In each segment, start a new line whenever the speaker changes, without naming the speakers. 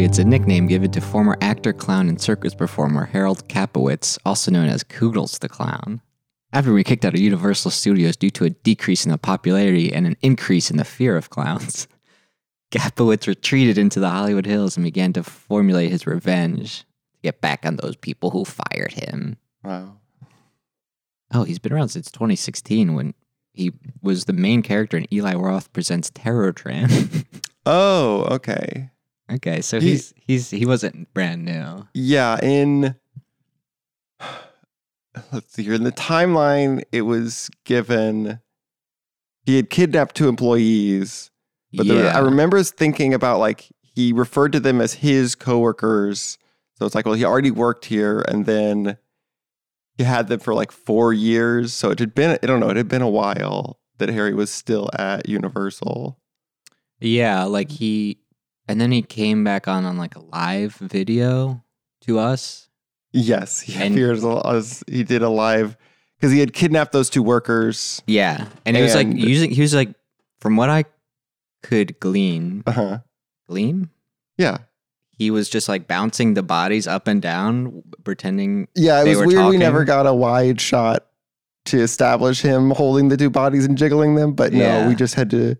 It's a nickname given to former actor, clown, and circus performer Harold Kapowitz, also known as Koogles the Clown. After we kicked out of Universal Studios due to a decrease in the popularity and an increase in the fear of clowns, Kapowitz retreated into the Hollywood Hills and began to formulate his revenge to get back on those people who fired him.
Wow.
Oh, he's been around since 2016 when he was the main character in Eli Roth presents Terror Tram.
Oh, okay.
okay, so
He-
he's he's he wasn't brand new.
Yeah, in let's see here. In the timeline, it was given he had kidnapped two employees, but there- I remember thinking about like he referred to them as his coworkers. So it's like, well, he already worked here, and then he had them for like four years. So it had been I don't know, it had been a while that Harry was still at Universal.
Yeah,
Mm-hmm.
like he, and then he came back on on like a live video to us.
Yes, he
And-
appears as he did a live because he had kidnapped those two workers.
Yeah, and he was like
And-
using. He was like, from what I could glean,
Uh huh.
glean.
Yeah.
He was just like bouncing the bodies up and down, pretending.
Yeah, it
They
was
were
weird. We
talking.
never got a wide shot to establish him holding the two bodies and jiggling them, but no,
Yeah.
we just had to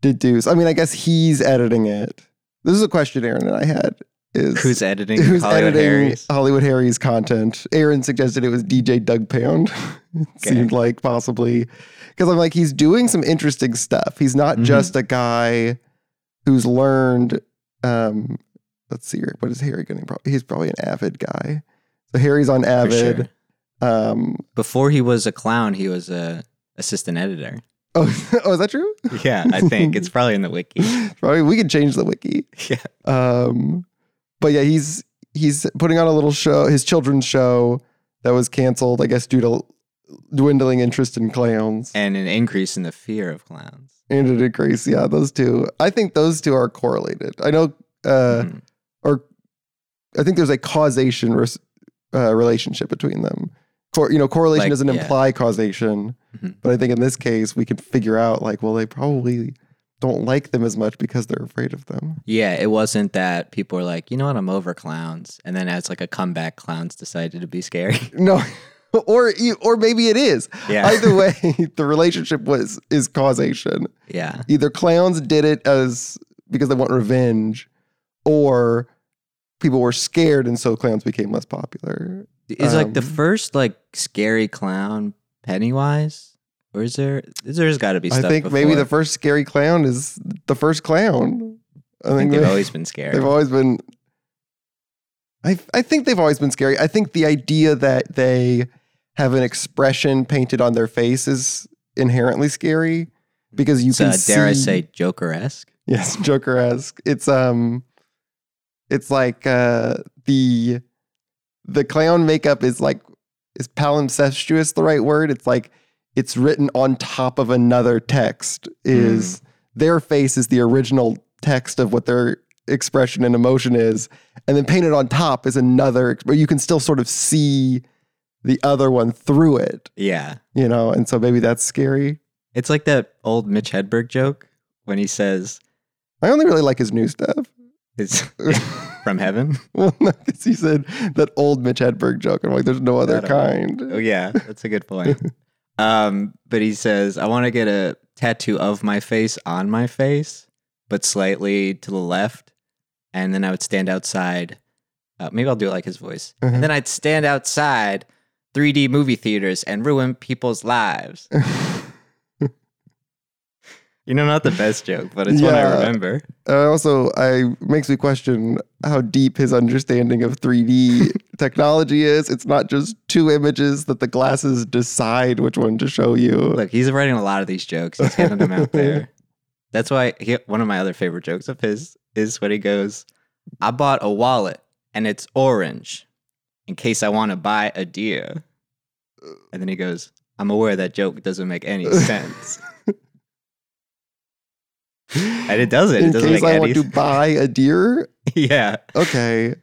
deduce. I mean, I guess he's editing it. This is a question Aaron and I had. Is
Who's editing?
who's
Hollywood
editing
Harry's?
Hollywood Harry's content? Aaron suggested it was DJ Doug Pound. It
Okay.
Seemed like possibly because I'm like he's doing some interesting stuff. He's not
Mhm.
just a guy who's learned. Um, let's see here. What is Harry going? to He's probably an avid guy. So Harry's on
For
avid.
sure.
Um,
Before he was a clown, he was a assistant editor.
oh, oh, is that true?
Yeah, I think it's probably in the wiki.
Probably we could change the wiki.
Yeah.
Um, but yeah, he's he's putting on a little show, his children's show that was canceled, I guess, due to dwindling interest in clowns
And an increase in the fear of clowns.
and a decrease. Yeah, those two. I think those two are correlated. I know, uh,
Mhm.
or
Mm-hmm.
I think there's a causation res- uh, relationship between them. Cor- you know, correlation
Like,
doesn't
yeah.
imply causation,
Mhm.
but I think in this case we can figure out like, well, they probably don't like them as much because they're afraid of them.
Yeah, it wasn't that people were like, you know what, I'm over clowns, and then as like a comeback, clowns decided to be scary.
No, or e- or maybe it is.
Yeah,
Either way, the relationship was is causation.
yeah,
Either clowns did it as because they want revenge, or people were scared and so clowns became less popular.
is like the
Um,
first like scary clown Pennywise, or is there? Is there's got to be.
I
Stuff
think maybe the
before.
first scary clown is the first clown. I
I
think,
think they've
they-
always been scared.
they've always been. I I think they've always been scary. I think the idea that they have an expression painted on their face is inherently scary because you
it's
can
uh, dare I
see-
say Joker esque?
Yes, Joker esque. It's um, it's like uh the the clown makeup is like is palimpsestuous the right word? It's like it's written on top of another text. Is their face is the original text of what their expression and emotion is, and then painted on top is another. But you can still sort of see the other one through it,
Yeah,
you know. And so maybe that's scary.
it's like that old Mitch Hedberg joke when he says
I only really like his new stuff.
it's from heaven.
Well, no, 'cause he said that old Mitch Hedberg joke. I'm like, there's no other
That old.
kind.
Oh yeah, that's a good point. um, but he says, I want to get a tattoo of my face on my face, but slightly to the left, and then I would stand outside. Uh, maybe I'll do it like his voice,
Uh-huh.
and then I'd stand outside 3D movie theaters and ruin people's lives. You know, not the best joke, but it's one I
Yeah.
remember.
Uh, also, I makes me question how deep his understanding of 3D technology is. It's not just two images that the glasses decide which one to show you.
Look, he's writing a lot of these jokes. He's getting them out there. That's why he, one of my other favorite jokes of his is when he goes, "I bought a wallet and it's orange, in case I want to buy a deer." And then he goes, "I'm aware that joke doesn't make any sense, and it doesn't. It
In
doesn't
case
make
I
any
want to
sense."
buy a deer,
yeah,
okay.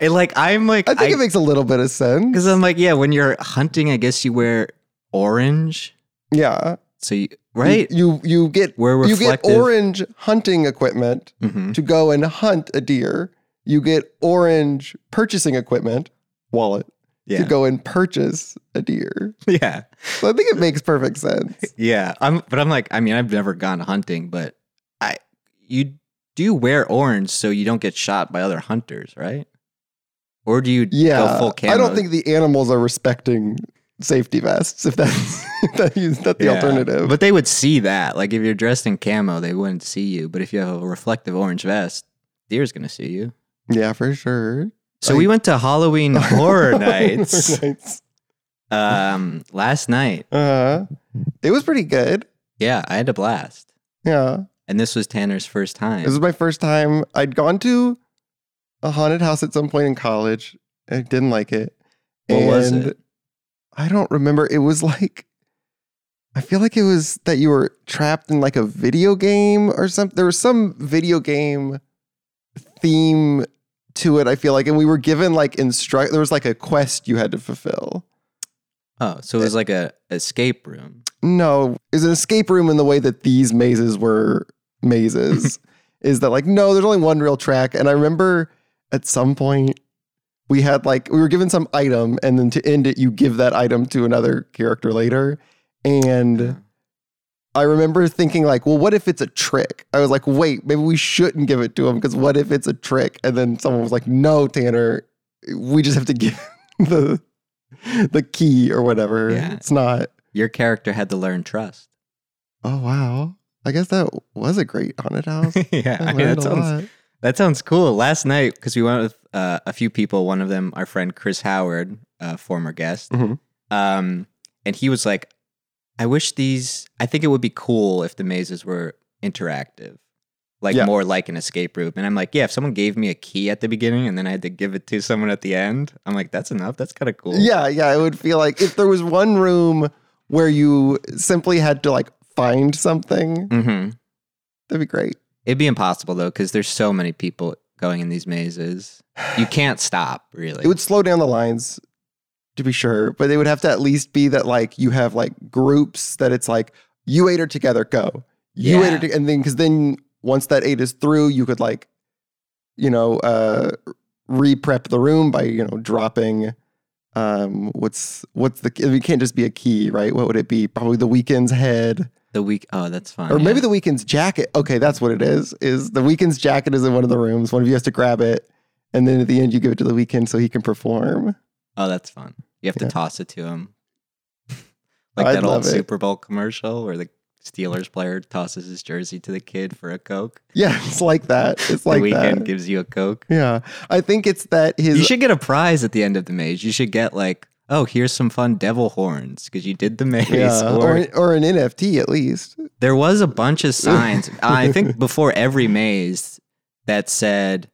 and like I'm like
I think it makes a little bit of sense.
because I'm like yeah. When you're hunting, I guess you wear orange,
Yeah,
so you right.
You you, you get
We're
you get
reflective.
orange hunting equipment
Mhm.
to go and hunt a deer. you get orange purchasing equipment wallet to
Yeah.
go and purchase a deer.
yeah.
So I think it makes perfect sense.
Yeah. I'm but I'm like, I mean, I've never gone hunting, but I you do wear orange so you don't get shot by other hunters, right? Or do you
Yeah,
go full camo?
I don't think the animals are respecting safety vests. If that's if that is that the
Yeah.
alternative,
But they would see that. Like if you're dressed in camo, they wouldn't see you. But if you have a reflective orange vest, deer's gonna see you.
yeah, for sure.
So
Like-
we went to Halloween Horror Nights
Horror nights.
um last night.
Uh-huh. It was pretty good.
Yeah, I had a blast.
Yeah.
And this was Tanner's first time.
This was my first time. I'd gone to a haunted house at some point in college. I didn't like it.
What was
And
it?
I don't remember. It was like I feel like it was that you were trapped in like a video game or something. There was some video game theme to it, I feel like. And we were given like instruct there was like a quest you had to fulfill.
oh, so it was like a escape room.
No, is an escape room in the way that these mazes were mazes. is that like no, there's only one real track. And I remember at some point we had like we were given some item, and then to end it, you give that item to another character later. And uh,
Yeah.
I remember thinking like, well, what if it's a trick? I was like, wait, maybe we shouldn't give it to him because what if it's a trick? And then someone was like, no, Tanner, we just have to give the the key or whatever.
Yeah.
It's not.
Your character had to learn trust.
Oh wow! I guess that was a great haunted house.
yeah,
I
I mean,
learned
that
a
sounds
lot.
that sounds cool. Last night, because we went with uh, a few people. One of them, our friend Chris Howard, uh, former guest,
Mhm.
um, and he was like, "I wish these. I think it would be cool if the mazes were interactive, like
Yeah.
more like an escape room." And I'm like, "Yeah, if someone gave me a key at the beginning and then I had to give it to someone at the end, I'm like, that's enough. That's kind of cool."
Yeah, yeah. It would feel like if there was one room where you simply had to like find something,
hmm
that'd be great.
It'd be impossible though, because there's so many people going in these mazes. You can't stop, really.
It would slow down the lines, to be sure, but they would have to at least be that like you have like groups that it's like you eight are together, go. You eight
Yeah.
are together, and then because then once that eight is through, you could like, you know, uh, re-prep the room by you know dropping. Um, what's what's the? It can't just be a key, right? What would it be? Probably the weekend's head,
the week. Oh, that's fine.
or
yeah.
maybe the weekend's jacket. Okay, that's what it is. Is the weekend's jacket is in one of the rooms. One of you has to grab it, and then at the end you give it to the weekend so he can perform.
Oh, that's fun. You have
Yeah.
to toss it to him. like
I'd
that old
love it.
Super Bowl commercial where the Steelers player tosses his jersey to the kid for a Coke.
Yeah, it's like that. It's
the
like
weekend
that.
gives you a Coke.
Yeah, I think it's that
You
his.
should get a prize at the end of the maze. You should get like, oh, here's some fun devil horns because you did the maze.
yeah,
or,
or, or an NFT at least.
there was a bunch of signs. I think before every maze that said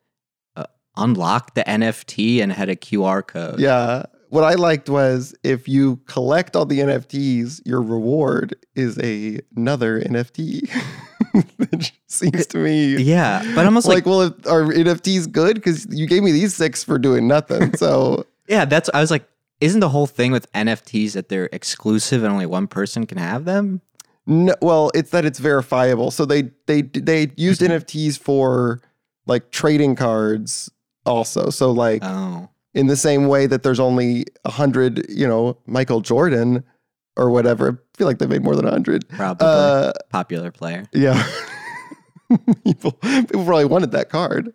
uh, unlock the NFT and had a QR code.
Yeah. What I liked was if you collect all the NFTs, your reward is a, another NFT. Which seems to me.
Yeah, but almost like
like, well, if, are NFTs good? Because you gave me these six for doing nothing. So
Yeah, that's. I was like, isn't the whole thing with NFTs that they're exclusive and only one person can have them?
No, well, it's that it's verifiable. So they they they used NFTs for like trading cards also. So like
Oh,
in the same way that there's only a hundred, you know, Michael Jordan or whatever. I feel like they made more than a hundred.
probably
Uh,
popular player.
yeah. people people probably wanted that card.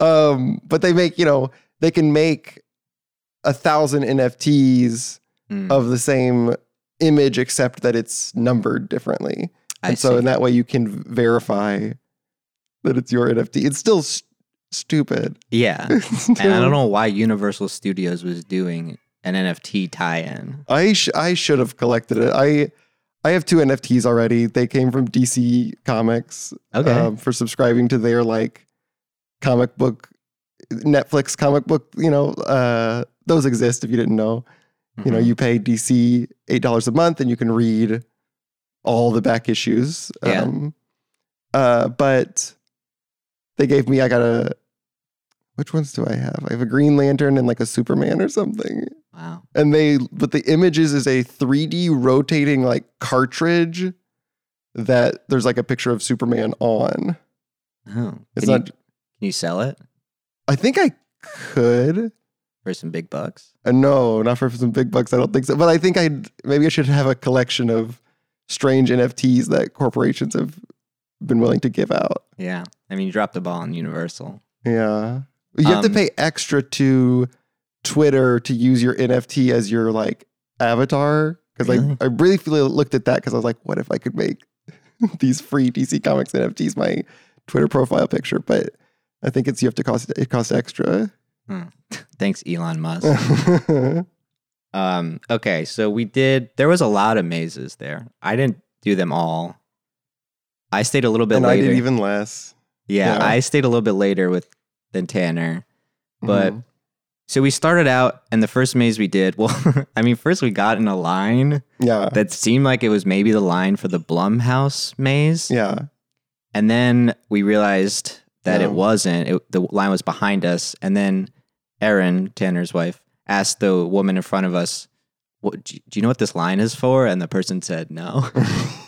Um, but they make, you know, they can make a thousand NFTs
Mm,
of the same image except that it's numbered differently.
I
And so
see.
in that way, you can verify that it's your NFT. It's still s stupid.
yeah, and I don't know why Universal Studios was doing an NFT tie-in.
I sh- I should have collected it. I I have two NFTs already. They came from DC Comics
Okay,
um, for subscribing to their like comic book Netflix comic book. You know, uh, those exist if you didn't know. You know,
Mhm.
you pay DC eight dollars a month, and you can read all the back issues.
Yeah.
Um, uh, but they gave me. I got a. Which ones do I have? I have a Green Lantern and like a Superman or something.
Mm-hmm. wow,
And they, but the images is a 3D rotating like cartridge that there's like a picture of Superman on.
oh, can, you,
It's not.
can you sell it?
I think I could.
for some big bucks.
Uh, no, not for some big bucks. I don't think so. But I think I maybe I should have a collection of strange NFTs that corporations have been willing to give out.
Yeah. I mean, you dropped the ball on Universal.
Yeah. You have to
Um,
pay extra to Twitter to use your NFT as your like avatar. Because
Really?
I, I really feel looked at that because I was like, what if I could make these free DC Comics NFTs my Twitter profile picture? But I think it's you have to cost it costs extra.
Thanks, Elon Musk.
yeah.
um, okay. So we did, there was a lot of mazes there. I didn't do them all. I stayed a little bit
And I
later.
did even less.
yeah,
yeah.
I stayed a little bit later with than Tanner. But
Mhm.
so we started out, and the first maze we did, well, I mean, first we got in a line
yeah.
that seemed like it was maybe the line for the Blumhouse maze.
Yeah.
And then we realized that it
No.
wasn't. It, the line was behind us. And then Erin, Tanner's wife, asked the woman in front of us, what, do, do you know what this line is for? And the person said no.
They
So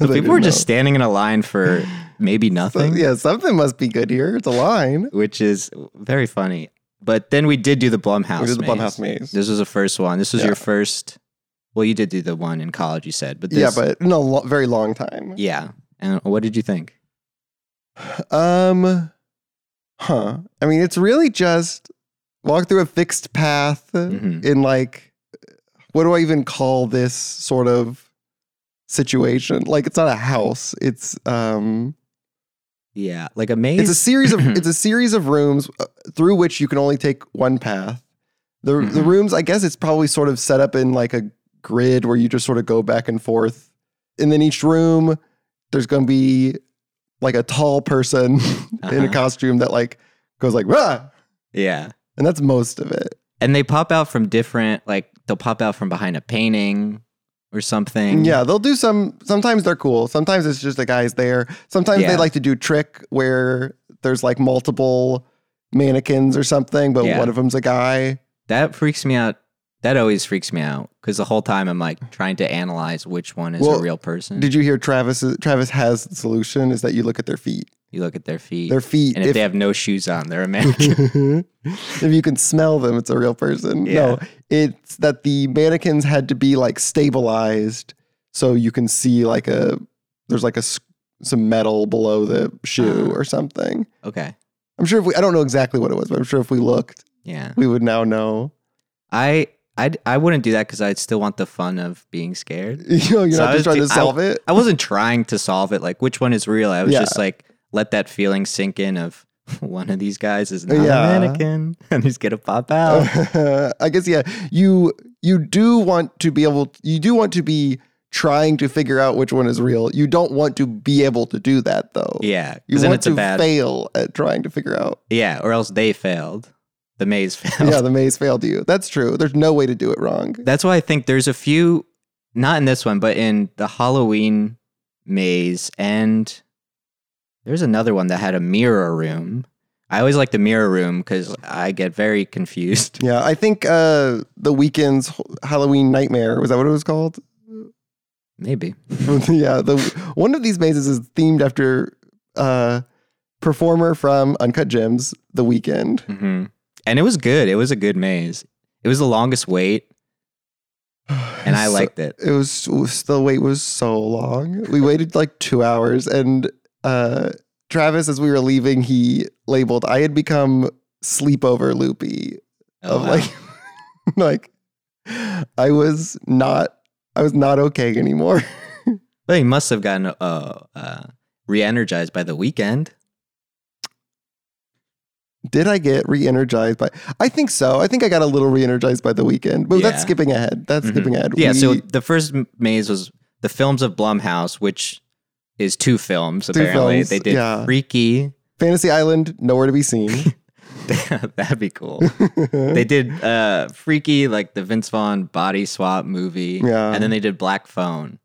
people
didn't
were just
know.
standing in a line for maybe
So,
nothing,
yeah, something must be good here. It's a line.
which is very funny. But then we did do the Blumhouse.
This is the
maze.
Blumhouse Maze.
This was the first one. This was
Yeah.
your first. Well, you did do the one in college, you said, but this,
yeah, but in a lo- very long time.
yeah. And what did you think?
Um, huh. I mean, it's really just walk through a fixed path
Mhm.
in like, what do I even call this sort of situation? Like, it's not a house. It's um,
Yeah, like a maze.
it's a series of it's a series of rooms uh, through which you can only take one path. The the
Mhm.
rooms, I guess, it's probably sort of set up in like a grid where you just sort of go back and forth, and then each room there's going to be like a tall person in
Uh-huh.
a costume that like goes like rah,
yeah.
and that's most of it.
and they pop out from different like they'll pop out from behind a painting or something
Yeah, they'll do some. Sometimes they're cool. Sometimes it's just a guy's there. Sometimes
Yeah.
they like to do trick where there's like multiple mannequins or something, but
Yeah.
one of them's a guy.
that freaks me out that always freaks me out because the whole time i'm like trying to analyze which one is a
Well,
real person
Did you hear Travis? Travis has the solution is that you look at their feet.
you look at their feet
Their feet.
and if, they have no shoes on they're american
if you can smell them, it's a real person.
Yeah.
No, it's that the mannequins had to be like stabilized so you can see like a there's like a s- some metal below the shoe
Ah.
or something.
okay
I'm sure if we I don't know exactly what it was, but I'm sure if we looked,
yeah
we would now know.
i I'd, i wouldn't do that because i'd still want the fun of being scared
You know, you're
So I
not
was
just trying to
thi- I-
solve it.
i wasn't trying to solve it like which one is real i was
Yeah.
just like let that feeling sink in of one of these guys is not
Yeah.
a mannequin and he's gonna pop out
I guess yeah. You you do want to be able you do want to be trying to figure out which one is real. You don't want to be able to do that though.
yeah
You
because then
want
it's a
to
bad
fail at trying to figure out.
Yeah, or else they failed. The maze failed.
Yeah, the maze failed you. That's true. There's no way to do it wrong.
That's why I think there's a few, not in this one, but in the Halloween maze, and there's another one that had a mirror room. I always like the mirror room because I get very confused.
Yeah, I think uh the weekend's Halloween nightmare was that what it was called?
Maybe.
yeah, the one of these mazes is themed after uh performer from Uncut Gems, The Weekend.
hmm And it was good. It was a good maze. It was the longest wait, and I liked it.
it was the wait was so long. We waited like two hours, and uh, Travis, as we were leaving, he labeled I had become sleepover loopy
Oh,
of
wow.
like, like I was not, I was not okay anymore.
but he must have gotten uh, uh, re-energized by the weekend.
Did I get re-energized by? I think so. I think I got a little re-energized by the weekend, but
Yeah.
that's skipping ahead. That's
Mhm.
skipping ahead.
Yeah, so
We-
the first m- maze was the films of Blumhouse, which is two films
Two
apparently.
films,
they did
yeah.
Freaky.
Fantasy Island, nowhere to be seen.
That'd be cool. they did uh Freaky, like the Vince Vaughn body swap movie.
Yeah.
And then they did Black Phone.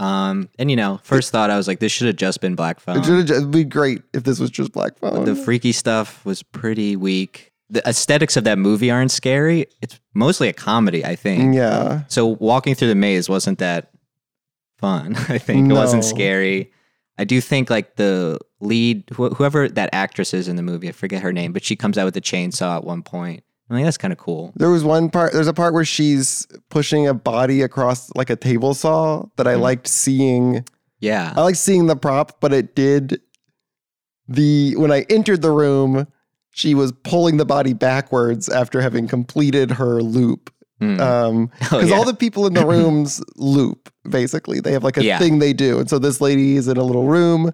Um and you know, first thought I was like, this should have just been Black Phone.
It would just be great if this was just Black Phone.
But the freaky stuff was pretty weak. The aesthetics of that movie aren't scary. It's mostly a comedy, I think.
yeah.
So walking through the maze wasn't that fun. I think it wasn't
No.
scary. I do think like the lead wh- whoever that actress is in the movie. I forget her name, but she comes out with a chainsaw at one point. I mean, that's kind of cool.
There was one part. There's a part where she's pushing a body across like a table saw that I
Mhm.
liked seeing.
Yeah,
I liked seeing the prop, but it did the when I entered the room, she was pulling the body backwards after having completed her loop.
Mm.
Um,
Oh,
because
yeah.
all the people in the rooms loop basically they have like a
Yeah.
thing they do and so this lady is in a little room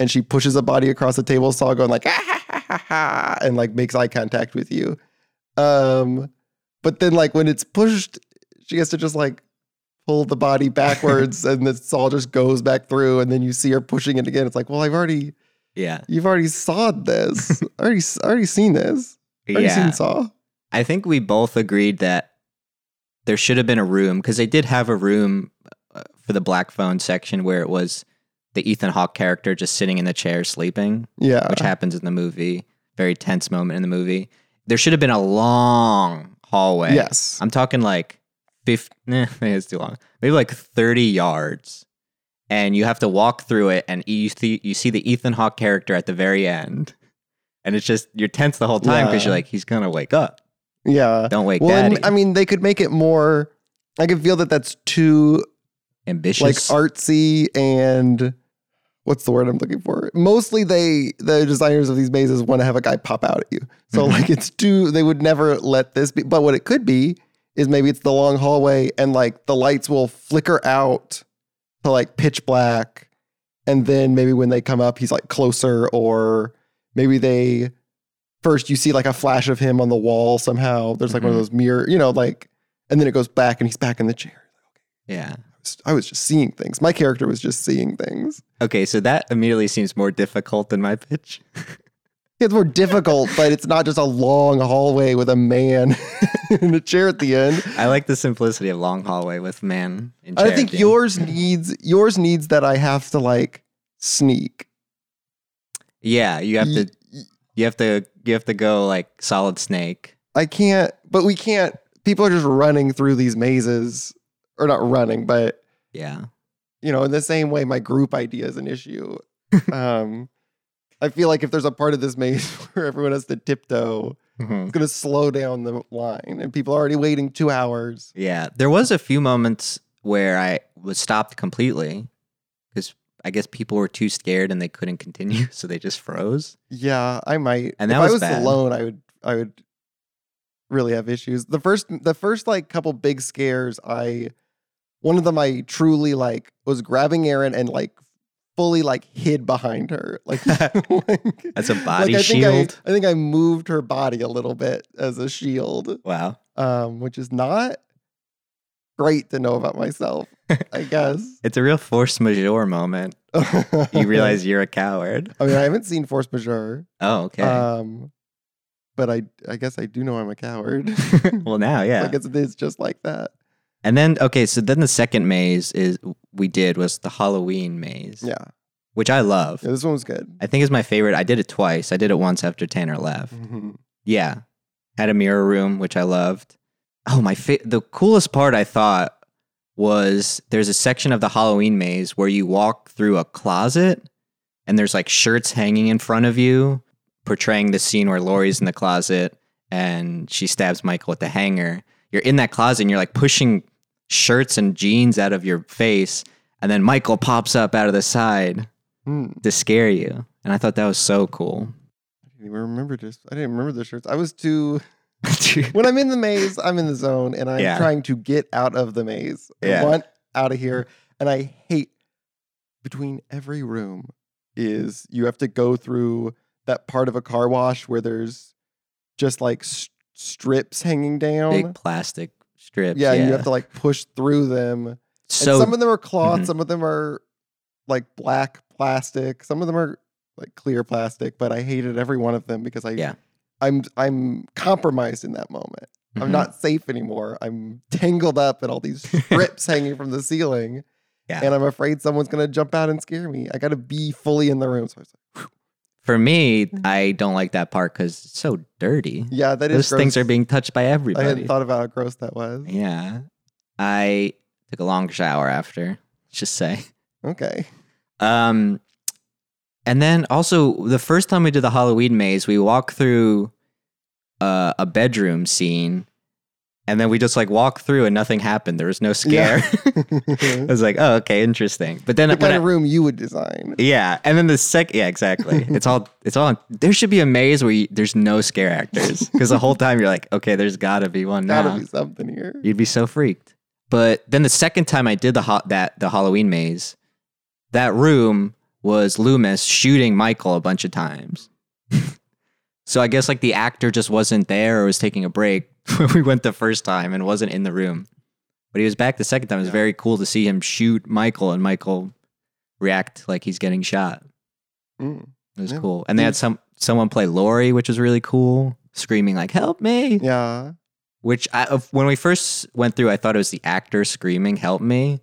and she pushes a body across the table saw going like ah, ha, ha, ha, ha, and like makes eye contact with you um but then like when it's pushed she has to just like pull the body backwards and the saw just goes back through and then you see her pushing it again it's like well i've already
yeah,
you've already sawed this I already I already seen this I already
yeah.
seen saw
I think we both agreed that there should have been a room because they did have a room uh, for the black phone section where it was the Ethan Hawke character just sitting in the chair sleeping,
yeah
which happens in the movie. Very tense moment in the movie. There should have been a long hallway.
yes
I'm talking like 50, nah, maybe it's too long. Maybe like 30 yards. And you have to walk through it and you see, you see the Ethan Hawke character at the very end. And it's just, you're tense the whole time because
Yeah.
you're like, he's going to wake up.
yeah
Don't wake
well,
daddy.
and, I mean, they could make it more. I could feel that that's too
Ambitious.
like artsy and what's the word I'm looking for? Mostly, they the designers of these mazes want to have a guy pop out at you. So
Mhm.
like, it's too. They would never let this be. But what it could be is maybe it's the long hallway and like the lights will flicker out to like pitch black, and then maybe when they come up, he's like closer, or maybe they. First, you see like a flash of him on the wall somehow. There's like one
Mhm.
of those mirror, you know, like, and then it goes back and he's back in the chair.
yeah.
I was just seeing things. My character was just seeing things.
Okay, so that immediately seems more difficult than my pitch.
It's more difficult, but it's not just a long hallway with a man in a chair at the end.
I like the simplicity of long hallway with man. In
I
chair
think
being-
yours needs yours needs that I have to like sneak.
Yeah, you have to.
Y-
You have to. You have to go like solid snake.
I can't, but we can't. People are just running through these mazes, or not running, but
Yeah.
you know, in the same way, my group idea is an issue. um, I feel like if there's a part of this maze where everyone has to tiptoe,
Mhm.
It's going to slow down the line, and people are already waiting two hours.
Yeah, there was a few moments where I was stopped completely because I guess people were too scared and they couldn't continue, so they just froze.
Yeah, I might.
And that
if
was
I was
bad.
alone, I would, I would really have issues. The first, the first like couple big scares, I one of them I truly like was grabbing Erin and like fully like hid behind her, like, like-
That's a body
I
shield.
Think I, I think I moved her body a little bit as a shield,
Wow.
um, which is not great to know about myself, I guess.
It's a real force majeure moment. You realize you're a coward.
I mean, I haven't seen Force Majeure.
Oh, okay.
Um, but I, I guess I do know I'm a coward.
well, now, yeah.
I guess it is just like that.
And then okay, so then the second maze is we did was the Halloween maze,
Yeah.
which I love.
Yeah, this one was good.
I think is my favorite. I did it twice. I did it once after Tanner left.
Mhm.
Yeah, had a mirror room, which I loved. Oh, my fa- the coolest part I thought was there's a section of the Halloween maze where you walk through a closet and there's like shirts hanging in front of you, portraying the scene where Laurie's in the closet and she stabs Michael with the hanger. You're in that closet and you're like pushing shirts and jeans out of your face, and then Michael pops up out of the side
Hmm.
to scare you. And I thought that was so cool.
I didn't even remember this. I didn't remember the shirts. I was too. When I'm in the maze, I'm in the zone, and I'm
Yeah.
trying to get out of the maze.
Yeah.
I want out of here, and I hate. Between every room is you have to go through that part of a car wash where there's just like s- strips hanging down.
Big plastic strips.
yeah,
Yeah,
and you have to like push through them. And
so
some of them are cloth,
Mhm.
some of them are like black plastic, some of them are like clear plastic. But I hated every one of them because I,
Yeah.
I'm I'm compromised in that moment.
Mhm.
I'm not safe anymore. I'm tangled up in all these strips hanging from the ceiling,
Yeah.
and I'm afraid someone's gonna jump out and scare me. I gotta be fully in the room. So I was like,
For me, I don't like that part because it's so dirty.
yeah, that is
Those things
gross.
are being touched by
I
everybody.
hadn't thought about how gross that was.
yeah, I took a long shower after. Let's just say.
Okay,
Um, And then also the first time we did the Halloween maze, we walk through uh, a bedroom scene, and then we just like walk through and nothing happened. There was no scare. I
the
was like, oh, okay, interesting. But then when
kind
I-
of room you would design.
yeah, and then the sec, yeah, exactly. It's all, it's all. There should be a maze where you, there's no scare actors because the whole time you're like, okay, there's gotta be one now.
Gotta be something here.
You'd be so freaked. But then the second time I did the ho- that the Halloween maze, that room was Loomis shooting Michael a bunch of times. so I guess like the actor just wasn't there or was taking a break when we went the first time and wasn't in the room. But he was back the second time. It was
Yeah.
very cool to see him shoot Michael and Michael react like he's getting shot.
Mm.
It was
Yeah.
cool. And they had some someone play Lori, which was really cool, screaming like "Help me!"
Yeah.
which I, of- when we first went through, I thought it was the actor screaming, "Help me!"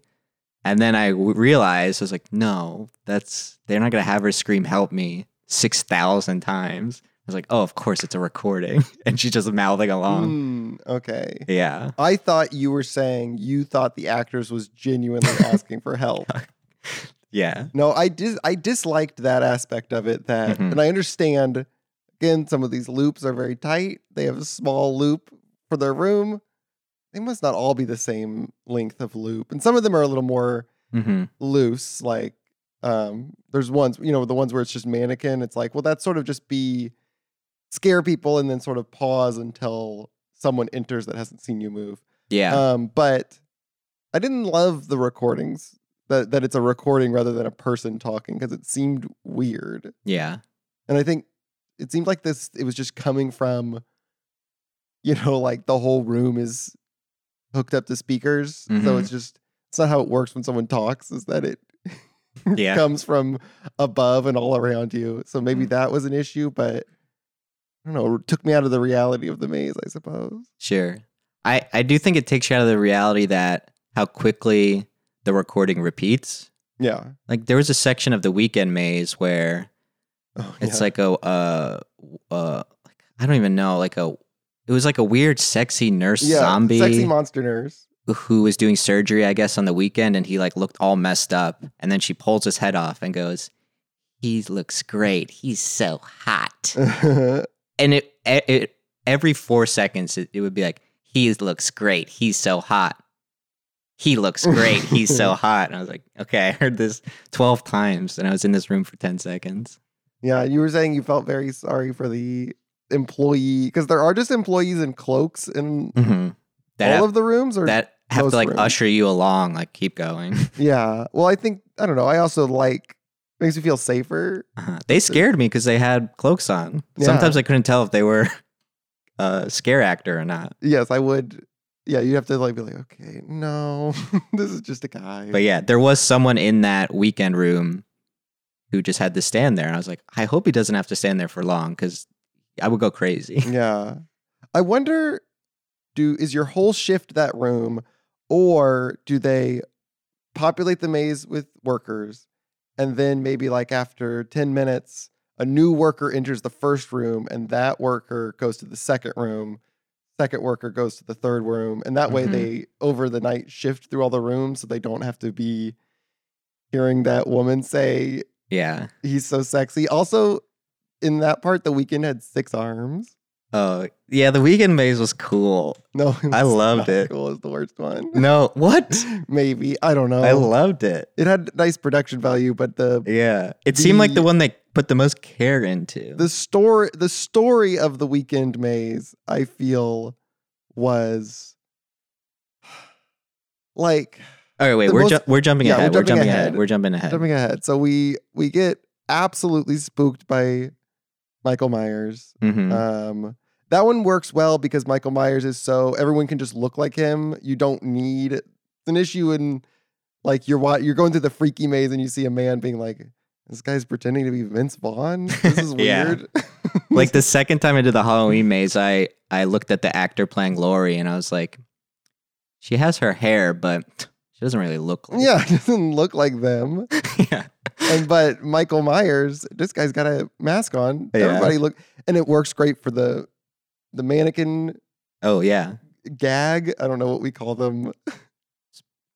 And then I w- realized I was like, "No, that's they're not gonna have her scream, "Help me!" six thousand times. I was like, "Oh, of course, it's a recording," and she's just mouthing along.
Mm, okay.
Yeah,
I thought you were saying you thought the actors was genuinely asking for help.
yeah,
No, I dis- I disliked that aspect of it. That,
Mhm.
and I understand. Again, some of these loops are very tight. They have a small loop for their room. They must not all be the same length of loop, and some of them are a little more
hmm
loose. Like, um, there's ones you know the ones where it's just mannequin. It's like, well, that's sort of just be scare people and then sort of pause until someone enters that hasn't seen you move.
yeah.
Um, but I didn't love the recordings that that it's a recording rather than a person talking because it seemed weird,
yeah,
and I think it seemed like this. It was just coming from, you know, like the whole room is hooked up to speakers, so
Mhm.
it's just it's not how it works when someone talks. Is that it?
Yeah.
comes from above and all around you. So maybe
Mm.
that was an issue, but I don't know. It took me out of the reality of the maze, I suppose.
sure. I I do think it takes you out of the reality that how quickly the recording repeats.
Yeah.
Like there was a section of the weekend maze where
Oh,
It's
yeah.
like a uh uh I don't even know, like a it was like a weird sexy nurse zombie
sexy monster nurse.
who was doing surgery, I guess, on the weekend and he like looked all messed up and then she pulls his head off and goes, He looks great. He's so hot. And it it, it every four seconds it, it would be like, He looks great, he's so hot. He looks great. He's so hot. And I was like, okay, I heard this 12 times and I was in this room for 10 seconds.
yeah, you were saying you felt very sorry for the employee because there are just employees in cloaks in
Mm-hmm. That
all of the rooms, or
that have
those
to like
rooms.
usher you along, like keep going.
yeah. Well, I think I don't know. I also like makes me feel safer.
Uh-huh. They scared me because they had cloaks on. Sometimes I couldn't tell if they were a scare actor or not.
Yes, I would. Yeah, you'd have to like be like, okay, no, this is just a guy.
But yeah, there was someone in that weekend room who just had to stand there, and I was like, I hope he doesn't have to stand there for long because I would go crazy.
yeah, I wonder. Do is your whole shift that room, or do they populate the maze with workers, and then maybe like after ten minutes, a new worker enters the first room, and that worker goes to the second room, second worker goes to the third room, and that way
Mhm.
they over the night shift through all the rooms, so they don't have to be hearing that woman say
yeah.
he's so sexy. Also, in that part, the weekend had six arms.
Oh yeah, the weekend maze was cool.
No,
I loved it.
Cool is the worst one.
No, what?
Maybe I don't know.
I loved it.
it had nice production value, but the
Yeah, it seemed like the
The-
one they put the most care into.
the story the story of the weekend maze, I feel, was like
All right, wait,
the
we're
most-
ju- we're jumping
yeah, we're
ahead. We're
jumping
jumping ahead.
ahead.
We're jumping ahead.
jumping ahead. So we we get absolutely spooked by Michael Myers.
Mhm.
Um, that one works well because Michael Myers is so everyone can just look like him. You don't need it's an issue in like you're wa- you're going through the freaky maze and you see a man being like, "This guy's pretending to be Vince Vaughn. This is
Yeah.
weird."
like the second time I did the Halloween maze, I I looked at the actor playing Laurie and I was like, she has her hair, but she doesn't really look like.
yeah, it doesn't look like them.
yeah.
And but Michael Myers, this guy's got a mask on.
Yeah.
Everybody look, and it works great for the the mannequin
Oh yeah,
gag. I don't know what we call them.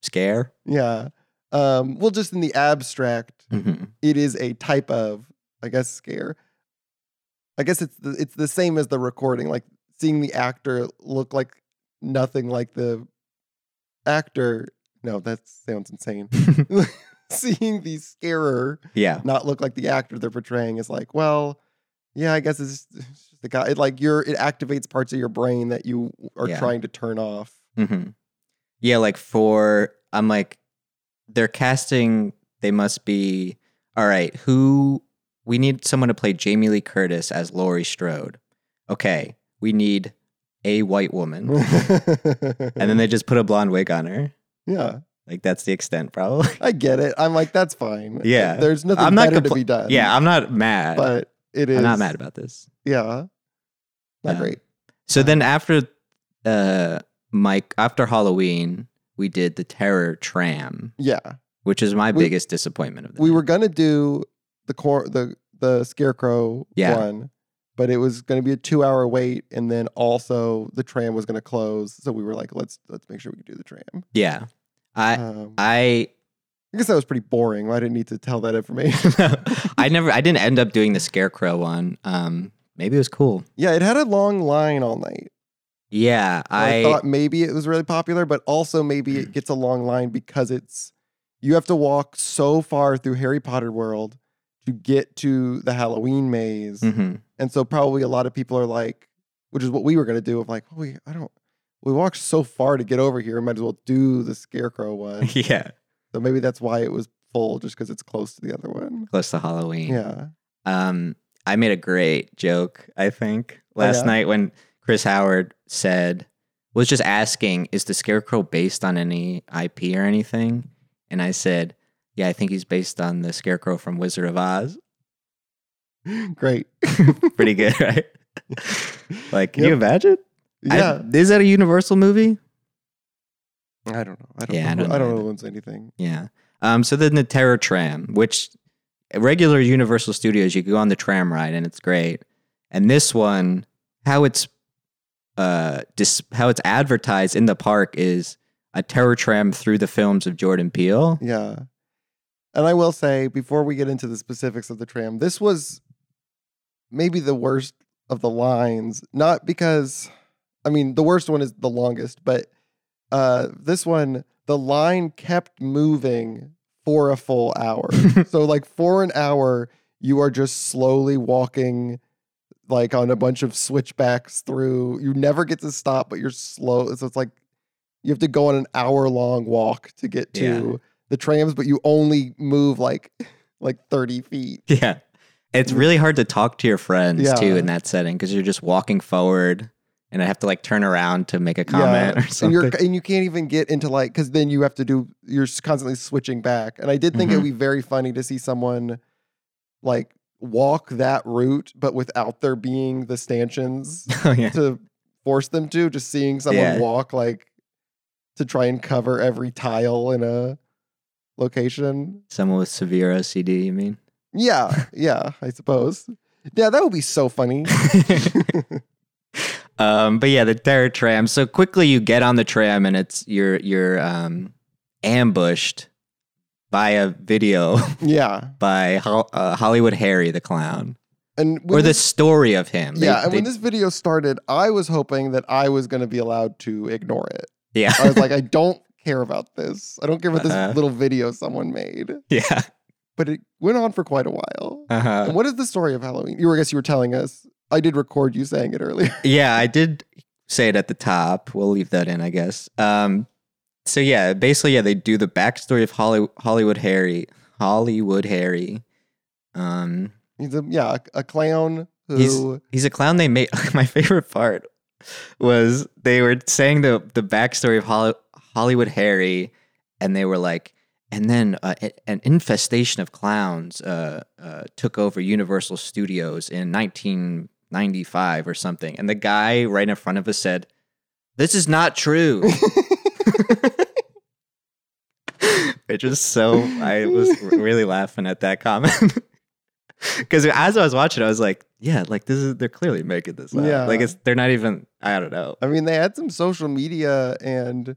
scare.
Yeah. Um, well, just in the abstract,
Mhm.
it is a type of I guess scare. I guess it's the, it's the same as the recording, like seeing the actor look like nothing like the actor. No, that sounds insane. seeing the scarer
yeah.
not look like the actor they're portraying is like, well, yeah, I guess it's just, it's just the guy. It like you're it activates parts of your brain that you are
Yeah.
trying to turn off.
hmm Yeah, like for I'm like they're casting. They must be all right. Who we need someone to play Jamie Lee Curtis as Laurie Strode. Okay, we need a white woman, and then they just put a blonde wig on her.
yeah,
Like that's the extent, probably.
I get it. I'm like, that's fine.
Yeah.
there's nothing
I'm not
better to
compl-
be done.
yeah, I'm not mad.
Um, but it is
I'm not mad about this.
Yeah, not
Yeah.
great.
So then
Um,
after uh Mike after Halloween, we did the Terror Tram,
Yeah,
which is my
We-
biggest disappointment of the
we
night.
were gonna do the core the the scarecrow
Yeah.
one, but it was gonna be a two hour wait, and then also the tram was gonna close. So we were like, let's let's make sure we can do the tram.
Yeah. I
um,
I
I guess that was pretty boring. I didn't need to tell that information.
I never I didn't end up doing the scarecrow one. Um maybe it was cool.
yeah, it had a long line all night.
Yeah,
I,
I
thought maybe it was really popular, but also maybe it gets a long line because it's you have to walk so far through Harry Potter world to get to the Halloween maze.
Mhm.
And so probably a lot of people are like, which is what we were gonna do of like, oh, we I don't we walked so far to get over here, might as well do the scarecrow one.
yeah,
so maybe that's why it was full, just because it's close to the other one.
close to Halloween.
Yeah.
Um, I made a great joke, I think, last
yeah?
night when Chris Howard said, was just asking, is the Scarecrow based on any IP or anything? And I said, yeah, I think he's based on the Scarecrow from Wizard of Oz.
Great.
Pretty good, right? like, can you
Yep.
imagine? I-
Yeah.
is that a Universal movie?
I don't know. I don't
Yeah, I
know.
don't
I
know
don't know who owns anything.
Yeah. Um, so then the Terror Tram, which regular Universal Studios, you go on the tram ride and it's great. And this one, how it's uh dis- how it's advertised in the park is a terror tram through the films of Jordan Peele.
Yeah. And I will say, before we get into the specifics of the tram, this was maybe the worst of the lines. Not because, I mean, the worst one is the longest, but uh, this one, the line kept moving for a full hour. so, like, for an hour, you are just slowly walking. Like on a bunch of switchbacks through, you never get to stop, but you're slow. So it's like you have to go on an hour long walk to get to
Yeah.
the trams, but you only move like like 30 feet.
Yeah. It's really hard to talk to your friends
Yeah.
too in that setting because you're just walking forward and I have to like turn around to make a comment or
and
something.
you're and you can't even get into like because then you have to do you're s- constantly switching back. And I did think it
Mhm.
would be very funny to see someone like walk that route, but without there being the stanchions
oh, yeah.
to force them to. Just seeing someone
Yeah.
walk like to try and cover every tile in a location.
Someone with severe OCD, you mean?
Yeah, yeah, I suppose. Yeah, that would be so funny.
um, but yeah, the terror tram. So quickly you get on the tram and it's you're you're um, ambushed by a video
yeah.
by Hol- uh, Hollywood Harry the clown
And when
or the
this-
story of him. They-
yeah, and when
they-
this video started, I was hoping that I was going to be allowed to ignore it.
yeah,
I was like, I don't care about this. I don't care about this
Uh-huh.
little video someone made.
yeah,
But it went on for quite a while.
uh-huh.
and what is the story of Halloween? You were, I guess you were telling us. I did record you saying it earlier.
yeah. I did say it at the top. We'll leave that in, I guess. Um, so yeah, basically, yeah, they do the backstory of Holly- Hollywood Harry, Hollywood Harry. Um,
He's a yeah, a, a clown who
He's- He's a clown. They made my favorite part was they were saying the the backstory of Holly, Hollywood Harry, and they were like, and then uh, a- an infestation of clowns uh, uh, took over Universal Studios in 1995 or something, and the guy right in front of us said, "This is not true." Which was so I was really laughing at that comment. Because as I was watching, I was like, "Yeah, like this is—they're clearly making this up.
Yeah.
Like it's—they're not even—I don't know.
I mean, they had some social media and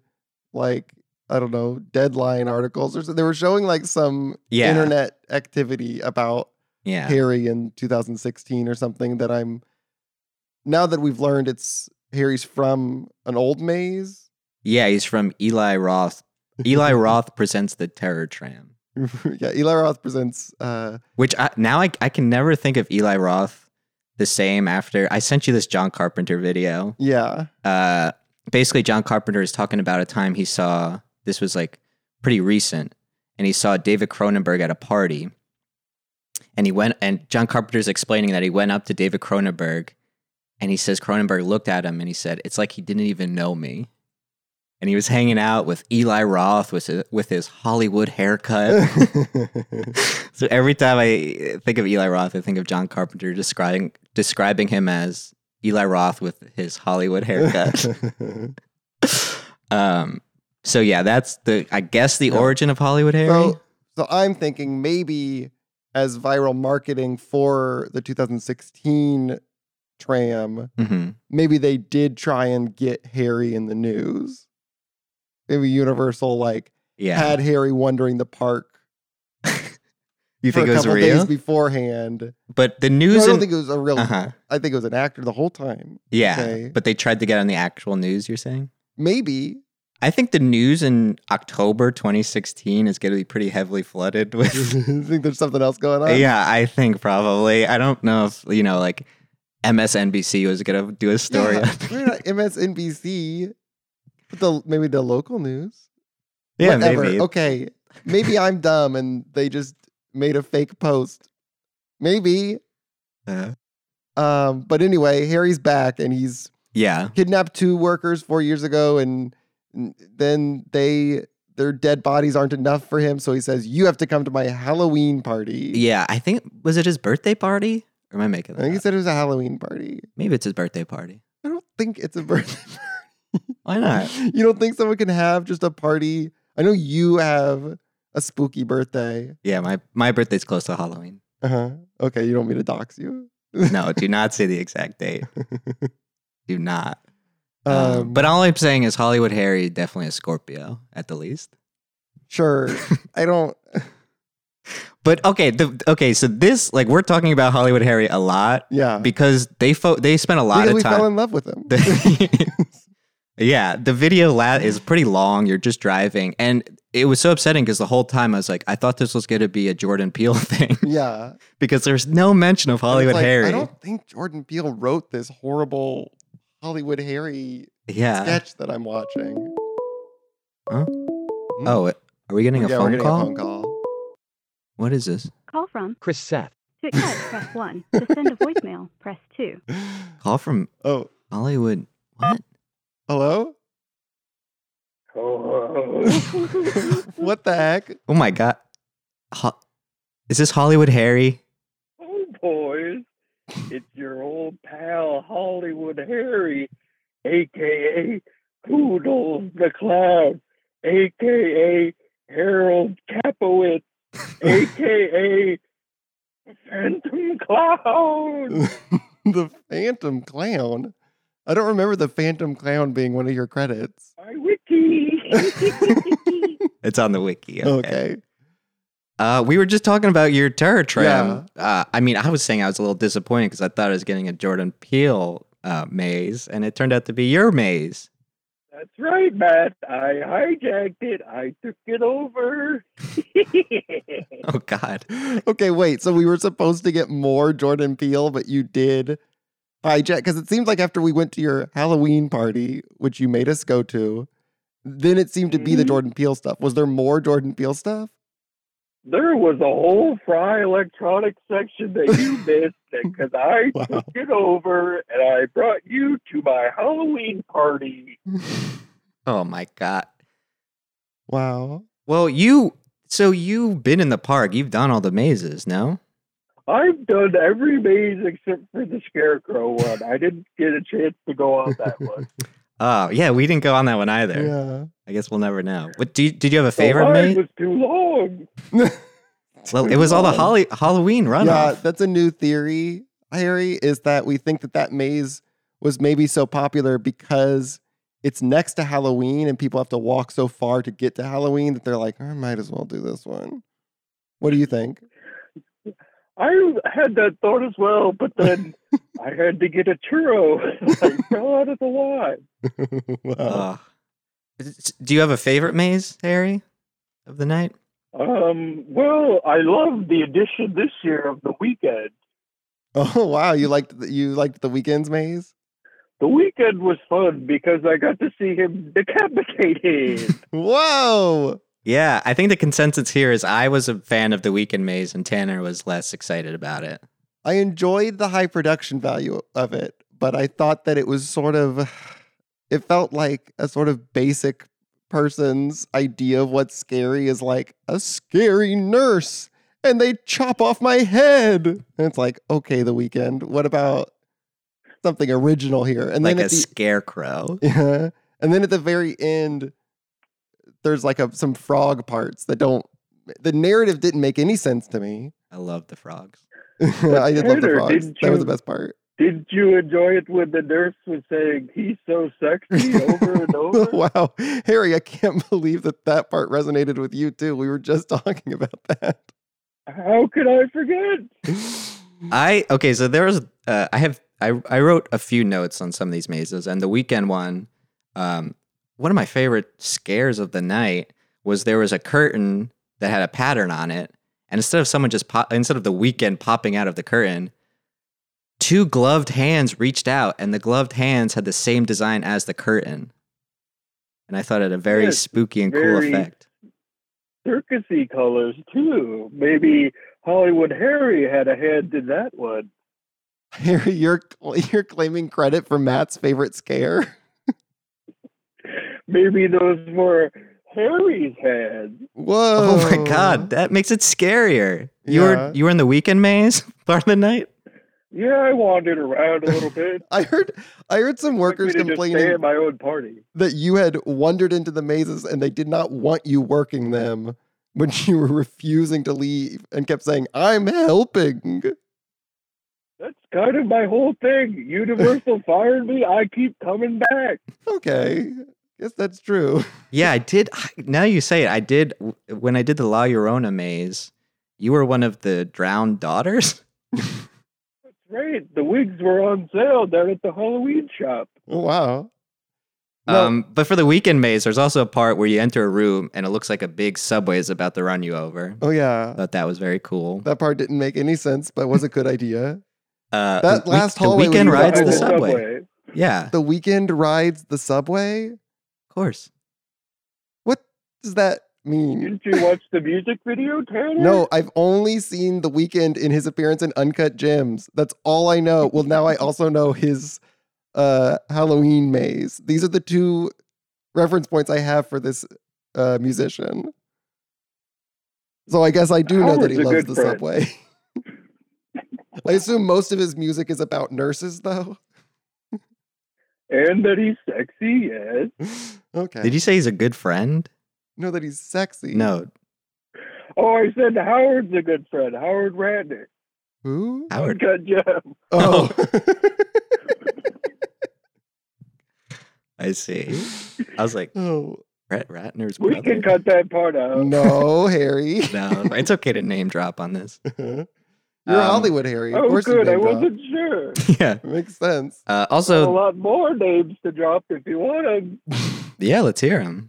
like I don't know deadline articles or so. They were showing like some
Yeah,
internet activity about
Yeah.
Harry in 2016 or something that I'm now that we've learned it's Harry's from an old maze.
Yeah, he's from Eli Roth. Eli Roth presents the Terror Tram,
yeah, Eli Roth presents uh
which I, now I, I can never think of Eli Roth the same after. I sent you this John Carpenter video.
yeah.
Uh, basically, John Carpenter is talking about a time he saw this was like pretty recent, and he saw David Cronenberg at a party. And he went, and John Carpenter's explaining that he went up to David Cronenberg, and he says Cronenberg looked at him and he said, "It's like he didn't even know me." And he was hanging out with Eli Roth with his, with his Hollywood haircut. so every time I think of Eli Roth, I think of John Carpenter describing describing him as Eli Roth with his Hollywood haircut. um, so yeah, that's the I guess the
Yeah.
origin of Hollywood Harry.
So, so I'm thinking maybe as viral marketing for the 2016 tram,
Mhm.
maybe they did try and get Harry in the news. Maybe Universal like
Yeah,
had Harry wandering the park
you
for
think
a
it was
couple
real?
days beforehand.
but the
No,
news,
I don't
and-
think it was a real.
uh-huh.
I think it was an actor the whole time.
yeah,
Okay.
but they tried to get on the actual news. You're saying?
Maybe
I think the news in October 2016 is going to be pretty heavily flooded
I
with.
think there's something else going on.
yeah, I think probably. I don't know if you know, like MSNBC was going to do a story.
Yeah,
on-
we're not MSNBC. But the maybe the local news.
yeah,
Whatever.
maybe.
Okay. Maybe I'm dumb and they just made a fake post. Maybe.
Uh,
Um, but anyway, Harry's back and he's
yeah,
kidnapped two workers four years ago, and n- then they their dead bodies aren't enough for him, so he says, You have to come to my Halloween party.
yeah. I think was it his birthday party? Or am I making
I
that?
think he
up?
said it was a Halloween party.
Maybe it's his birthday party.
I don't think it's a birthday
Why
party.
not?
You don't think someone can have just a party? I know you have a spooky birthday.
Yeah, my, my birthday's close to Halloween.
Uh-huh. Okay, you don't mean to dox you?
No, do not say the exact date. Do not. Um,
Um,
but all I'm saying is Hollywood Harry definitely a Scorpio at the least.
sure, I don't.
But okay, the, okay. So this like we're talking about Hollywood Harry a lot
Yeah,
because they fo- they spent a lot
because we
of time.
fell in love with him.
yeah, the video la- is pretty long. You're just driving, and it was so upsetting because the whole time I was like, I thought this was going to be a Jordan Peele thing
yeah, And it's
because there's no mention of Hollywood
like,
Harry.
I don't think Jordan Peele wrote this horrible Hollywood Harry
yeah.
sketch that I'm watching.
Oh, are we getting a
yeah, we're
phone
getting
call?
a phone call.
What is this?
Call from
Chris Seth.
to accept, press 1. To send a voicemail, press 2.
Call from
Oh,
Hollywood. What?
hello.
Oh,
what the heck?
Oh my god. Ho- is this Hollywood Harry?
Oh, boys, it's your old pal Hollywood Harry, aka Poodles the Clown, aka Harold Capowitz, aka Phantom Clown.
the Phantom Clown. I don't remember the Phantom Clown being one of your credits.
My wiki.
It's on the wiki.
Okay.
Uh, we were just talking about your terror tram.
Yeah.
Uh, I mean, I was saying I was a little disappointed because I thought I was getting a Jordan Peele uh, maze, and it turned out to be your maze.
That's right, Matt. I hijacked it. I took it over.
Oh God.
Okay, wait. So we were supposed to get more Jordan Peele, but you did hijack because it seems like after we went to your Halloween party, which you made us go to, then it seemed to be
Mm-hmm.
the
Mhm.
Jordan Peele stuff. Was there more Jordan Peele stuff?
There was a whole Fry Electronic section that you missed because I
Wow.
took it over and I brought you to my Halloween party.
Oh my God.
Wow.
Well, you. So you've been in the park. You've done all the mazes, no?
I've done every maze except for the Scarecrow one. I didn't get a chance to go on that one.
Oh yeah, we didn't go on that one either.
Yeah.
I guess we'll never know. What do you, did you have a
So
favorite
mine
maze?
was too long.
Well, it was all the Holly, Halloween
yeah,
runoff.
that's a new theory, Harry, is that we think that that maze was maybe so popular because it's next to Halloween and people have to walk so far to get to Halloween that they're like, I might as well do this one. What do you think?
I had that thought as well, but then I had to get a churro. I fell out of the line.
wow.
Ugh. do you have a favorite maze, Harry, of the night?
Um, well, I love the addition this year of the weekend.
oh wow, you liked the, you liked the weekends maze?
The weekend was fun because I got to see him decapitated.
Whoa.
Yeah, I think the consensus here is I was a fan of the weekend maze, and Tanner was less excited about it.
I enjoyed the high production value of it, but I thought that it was sort of it felt like a sort of basic person's idea of what's scary is like a scary nurse and they chop off my head. And it's like, okay, the weekend. What about something original here? And
like
then
a
at the
scarecrow.
Yeah. And then at the very end, there's like a, some frog parts that don't. The narrative didn't make any sense to me.
I love the frogs.
I did love the
Tanner,
frogs.
didn't
That was the
you-
best part.
Did you enjoy it when the nurse was saying he's so sexy over and over?
wow, Harry, I can't believe that that part resonated with you too. We were just talking about that.
How could I forget?
I okay, so there was uh, I have I I wrote a few notes on some of these mazes, and the weekend one, um, one of my favorite scares of the night was there was a curtain that had a pattern on it, and instead of someone just pop, instead of the weekend popping out of the curtain, two gloved hands reached out, and the gloved hands had the same design as the curtain, and I thought it a very
Yes,
spooky and cool
very-
effect.
Circusy colors too. Maybe Hollywood Harry had a hand in that one.
Harry, you're you're claiming credit for Matt's favorite scare.
Maybe those were Harry's hands.
Whoa!
Oh my god, that makes it scarier. You
Yeah.
were you were in the weekend maze part of the night.
Yeah, I wandered around a little bit.
I heard I heard some workers
Expected to just Stay
complaining
at my own party.
that you had wandered into the mazes and they did not want you working them when you were refusing to leave and kept saying, I'm helping.
That's kind of my whole thing. Universal fired me. I keep coming back.
Okay. Guess that's true.
Yeah, I did. I- Now you say it, I did. When I did the La Llorona maze, you were one of the drowned daughters.
That's right. The wigs were on sale down at the Halloween shop.
Oh, wow. No.
Um, but for the weekend maze, there's also a part where you enter a room and it looks like a big subway is about to run you over.
Oh
I
yeah.
thought that was very cool.
That part didn't make any sense, but was a good idea.
Uh,
that
the
last hallway
the weekend
when you
rides
got
the
to the
subway. Yeah,
The weekend rides the subway?
of course.
What does that mean?
Didn't you watch the music video, Tanner?
No, I've only seen the weekend in his appearance in Uncut Gems. That's all I know. Well, now I also know his uh, Halloween maze. These are the two reference points I have for this uh, musician. So I guess I do know that
Howard's
he
a
loves
good
the
friend.
subway. I assume most of his music is about nurses, though.
And that he's sexy, yes.
Okay.
Did you say he's a good friend?
know that he's sexy?
No,
Oh, I said Howard's a good friend. Howard Ratner.
Who?
Howard.
Good job.
Oh.
I see. I was like
oh.
Brett Ratner's
We
brother.
can cut that part out.
Mm, No, Harry.
no, it's okay to name drop on this.
You're
Um,
Hollywood, Harry. Of
Oh,
course you
good. I
named drop.
wasn't sure.
yeah.
Makes sense.
Uh,
a
Oh.
also,
lot more names to drop if you want them.
yeah, let's hear him.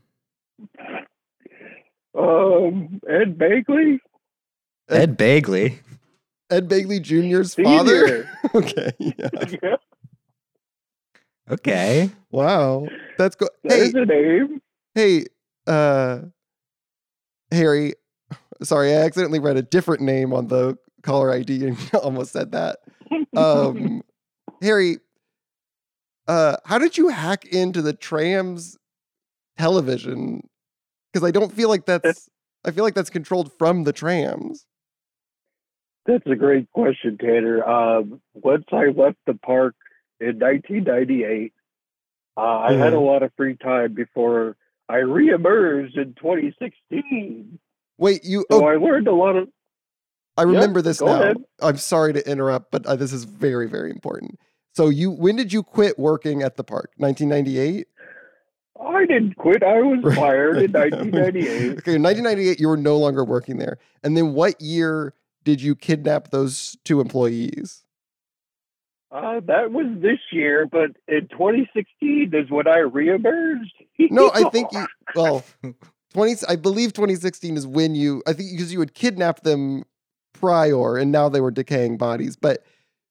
Um, Ed Bagley,
Ed Bagley.
Ed Bagley Jr.'s father.
senior.
okay. Yeah.
yeah,
Okay.
Wow. That's good.
there's
Hey,
a name.
hey, uh, Harry. Sorry, I accidentally read a different name on the caller ID and almost said that. Um, Harry, uh, how did you hack into the tram's television? Because I don't feel like
Eh.
that's. I feel like that's controlled from the trams.
That's a great question, Tanner. Um, once I left the park in 1998, uh, I had a
Mhm.
lot of free time before I reemerged in 2016.
Wait, you?
So
oh,
I learned a lot of.
I
Yep,
remember this
go
now.
ahead.
I'm sorry to interrupt, but uh, this is very, very important. So you, when did you quit working at the park? 1998.
I didn't quit. I was fired in
Okay,
1998.
1998, you were no longer working there. And then what year did you kidnap those two employees?
Uh, that was this year, but in 2016 is when I reemerged.
No, I think you. Well, twenty. I believe 2016 is when you. I think because you had kidnapped them prior, and now they were decaying bodies. But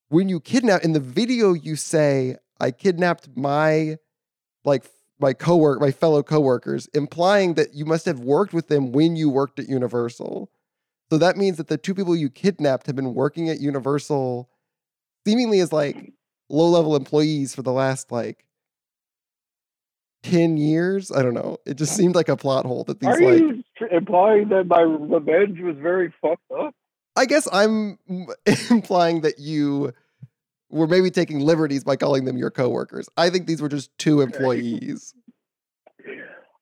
when you kidnap in the video, you say, "I kidnapped my like my cowork, my fellow coworkers," implying that you must have worked with them when you worked at Universal. So that means that the two people you kidnapped have been working at Universal, seemingly as like low level employees for the last like. 10 years? I don't know. It just seemed like a plot hole that these
Are
like
you tr- implying that my revenge was very fucked up?
I guess I'm implying that you were maybe taking liberties by calling them your coworkers. I think these were just two employees.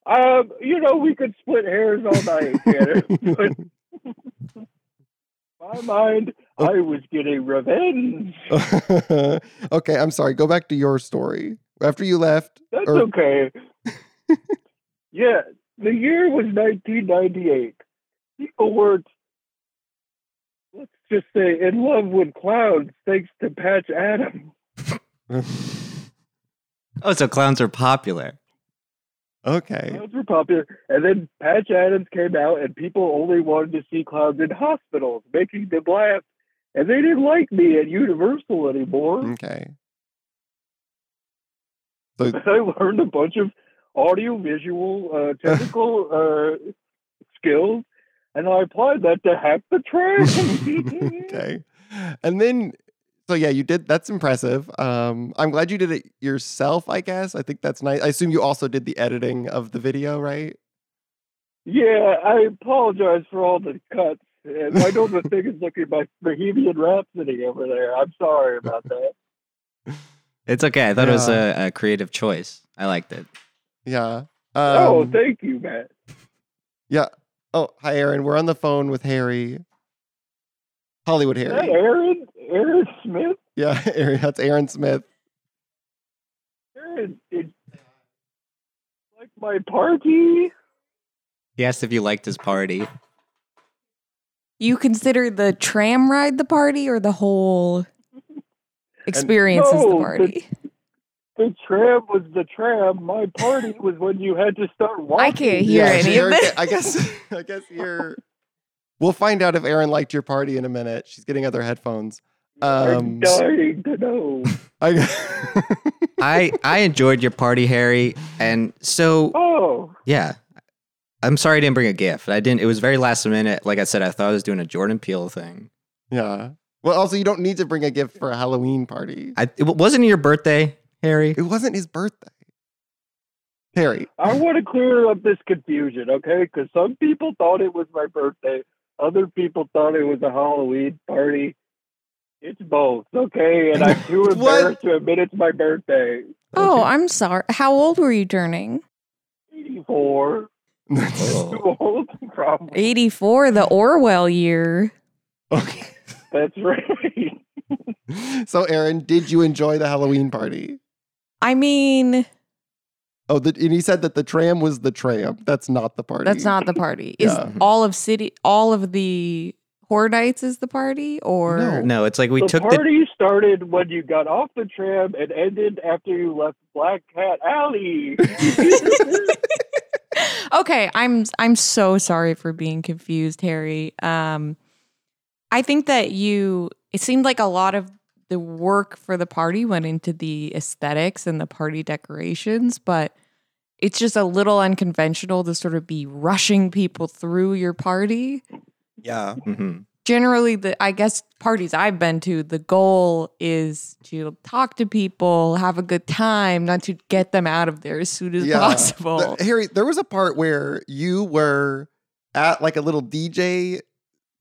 Um, you know, we could split hairs all night, Tanner, but my mind, I was getting revenge.
Uh, okay, I'm sorry. Go back to your story. After you left,
That's
Or-
okay. yeah, the year was 1998. People were, let's just say, in love with clowns thanks to Patch Adams.
Oh, so clowns are popular.
Oh,
okay.
Clowns were popular, and then Patch Adams came out, and people only wanted to see clowns in hospitals, making them laugh. And they didn't like me at Universal anymore.
Okay. So
I learned a bunch of audio, visual, uh, technical uh, skills, and I applied that to half the track.
okay. And then so yeah, you did that's impressive. Um I'm glad you did it yourself, I guess. I think that's nice. I assume you also did the editing of the video, right?
yeah, I apologize for all the cuts. And I know the thing is looking my Bohemian Rhapsody over there. I'm sorry about that.
It's okay. I thought it was
Yeah.
a, a creative choice. I liked it.
Yeah. Um,
oh, thank you, Matt.
Oh, hi, Aaron. We're on the phone with Harry. Hollywood
Is that
Harry.
Aaron? Aaron Smith?
Yeah, Aaron, that's Aaron Smith.
Aaron, did like my party?
He asked if you liked his party.
You consider the tram ride the party or the whole experience is the
No,
party?
The tram was the tram. My party was when you had to start walking.
I can't hear
Yeah,
any
Aaron-
of it.
I guess. I guess you're. We'll find out if Aaron liked your party in a minute. She's getting other headphones. Um,
I'm dying to know.
I,
I I enjoyed your party, Harry. And so
Oh,
yeah, I'm sorry I didn't bring a gift. I didn't. It was very last minute. Like I said, I thought I was doing a Jordan Peele thing.
yeah. Well, also, you don't need to bring a gift for a Halloween party.
I it wasn't your birthday, Harry.
It wasn't his birthday. Harry.
I want to clear up this confusion, okay? Because some people thought it was my birthday. Other people thought it was a Halloween party. It's both, okay? And I'm too
What?
embarrassed to admit it's my birthday.
Oh, I'm sorry. How old were you turning?
84.
Oh.
Too old, probably.
84, the Orwell year.
okay.
That's right.
So, Aaron, did you enjoy the Halloween party?
I mean,
Oh, the, and he said that the tram was the tram. That's not the party.
that's not the party. Is
Yeah.
all of city all of the Horror Nights is the party or
No, it's like we
the
took the
party started when you got off the tram and ended after you left Black Cat Alley.
okay, I'm I'm so sorry for being confused, Harry. Um I think that you it seemed like a lot of the work for the party went into the aesthetics and the party decorations, but it's just a little unconventional to sort of be rushing people through your party.
Yeah.
Mhm.
Generally, the I guess parties I've been to, the goal is to talk to people, have a good time, not to get them out of there as soon as
Yeah.
possible.
The- Harry, there was a part where you were at like a little DJ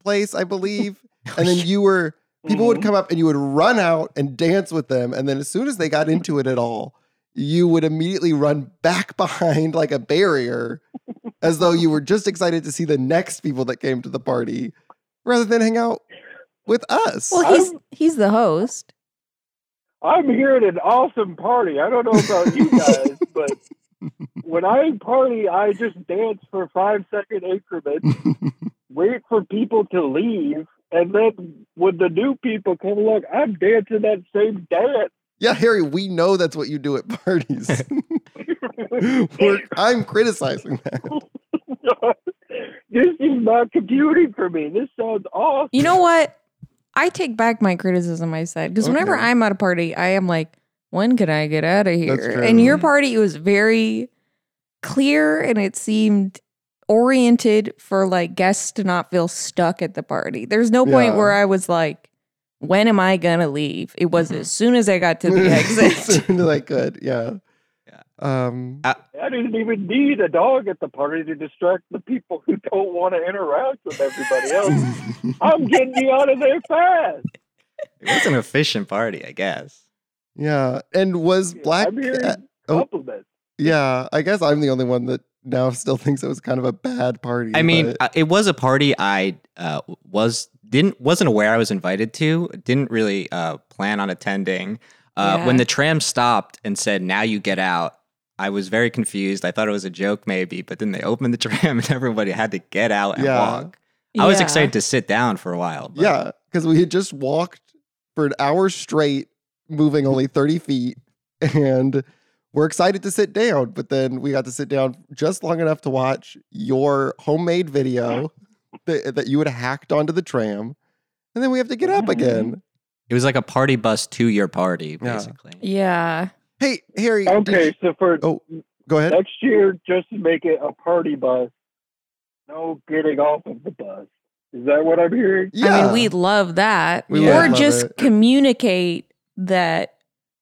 place, I believe, and then you were people would
Mhm.
come up and you would run out and dance with them, and then as soon as they got into it at all, you would immediately run back behind like a barrier, as though you were just excited to see the next people that came to the party, rather than hang out with us.
Well, he's he's the host.
I'm here at an awesome party. I don't know about you guys, but when I party, I just dance for five second increments, wait for people to leave, And then when the new people come along, I'm dancing that same dance.
Yeah, Harry, we know that's what you do at parties. We're, I'm criticizing that.
this is not computing for me. This sounds awesome.
You know what? I take back my criticism I said because whenever
Okay.
I'm at a party, I am like, when can I get out of here?
That's true.
And your party was very clear and it seemed oriented for like guests to not feel stuck at the party. There's no point
Yeah. Mm-hmm.
where I was like, when am I gonna leave? It was as soon as I got to the
As
exit.
soon as I could, yeah. Um,
I didn't even need a dog at the party to distract the people who don't want to interact with everybody else. I'm getting you out of there fast.
It was an efficient party, I guess.
yeah. And was Black
I'm
Cat-
hearing
oh.
compliments.
Yeah, I guess I'm the only one that now still thinks it was kind of a bad party.
I mean,
but-
uh, it was a party I uh, was didn't wasn't aware I was invited to. Didn't really uh, plan on attending. Uh, When
Yeah.
the tram stopped and said, "Now you get out," I was very confused. I thought it was a joke, maybe, but then they opened the tram and everybody had to get out and
Yeah.
walk. I was
Yeah.
excited to sit down for a while. But
yeah, because we had just walked for an hour straight, moving only 30 feet, and we're excited to sit down. But then we got to sit down just long enough to watch your homemade video that, that you had hacked onto the tram. And then we have to get
Mm-hmm.
up again.
it was like a party bus to your party,
Yeah.
basically.
Yeah.
Hey, Harry. did you-
Okay, so for
Oh, go ahead.
next year, just make it a party bus. No getting off of the bus. Is that what I'm hearing?
I
Yeah.
mean, we love that.
We
would
or
love
just
it.
communicate that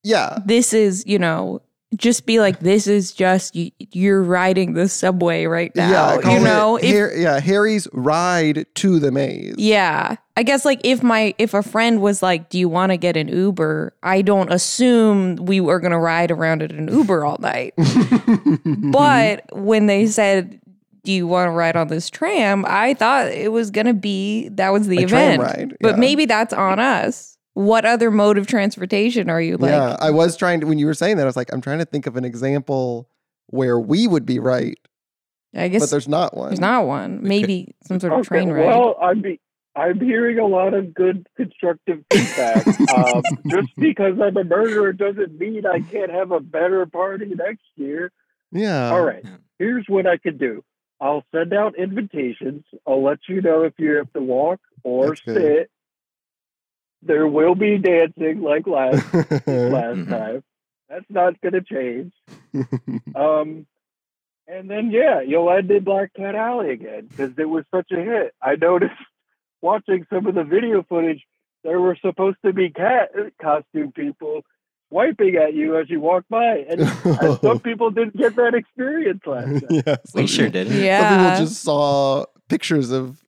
yeah.
this is, you know, just be like, this is just you, you're riding the subway right now.
yeah. call
you
it
know, if,
Har- yeah. Harry's ride to the maze.
yeah. I guess like if my if a friend was like, "Do you want to get an Uber?" I don't assume we were gonna ride around in an Uber all night.
Mm-hmm.
But when they said, "Do you want to ride on this tram?" I thought it was gonna be that was the
A tram
event.
ride,
But
yeah.
maybe that's on us. What other mode of transportation are you like?
yeah, I was trying to when you were saying that, I was like, I'm trying to think of an example where we would be right,
I guess
but there's not one.
There's not one. Maybe some sort of
Okay,
train ride.
Well, I'm be- I'm hearing a lot of good constructive feedback. um, just because I'm a murderer doesn't mean I can't have a better party next year.
Yeah.
All right,
Yeah.
here's what I can do. I'll send out invitations. I'll let you know if you have to walk or
That's good.
sit. There will be dancing like last last
Mhm.
time. That's not going to change. Um, and then yeah, you'll end in Black Cat Alley again because it was such a hit. I noticed watching some of the video footage, there were supposed to be cat costume people swiping at you as you walked by, and and some people didn't get that experience last time.
yeah,
we
some
sure
people-
did. not
Some
yeah.
people just saw pictures of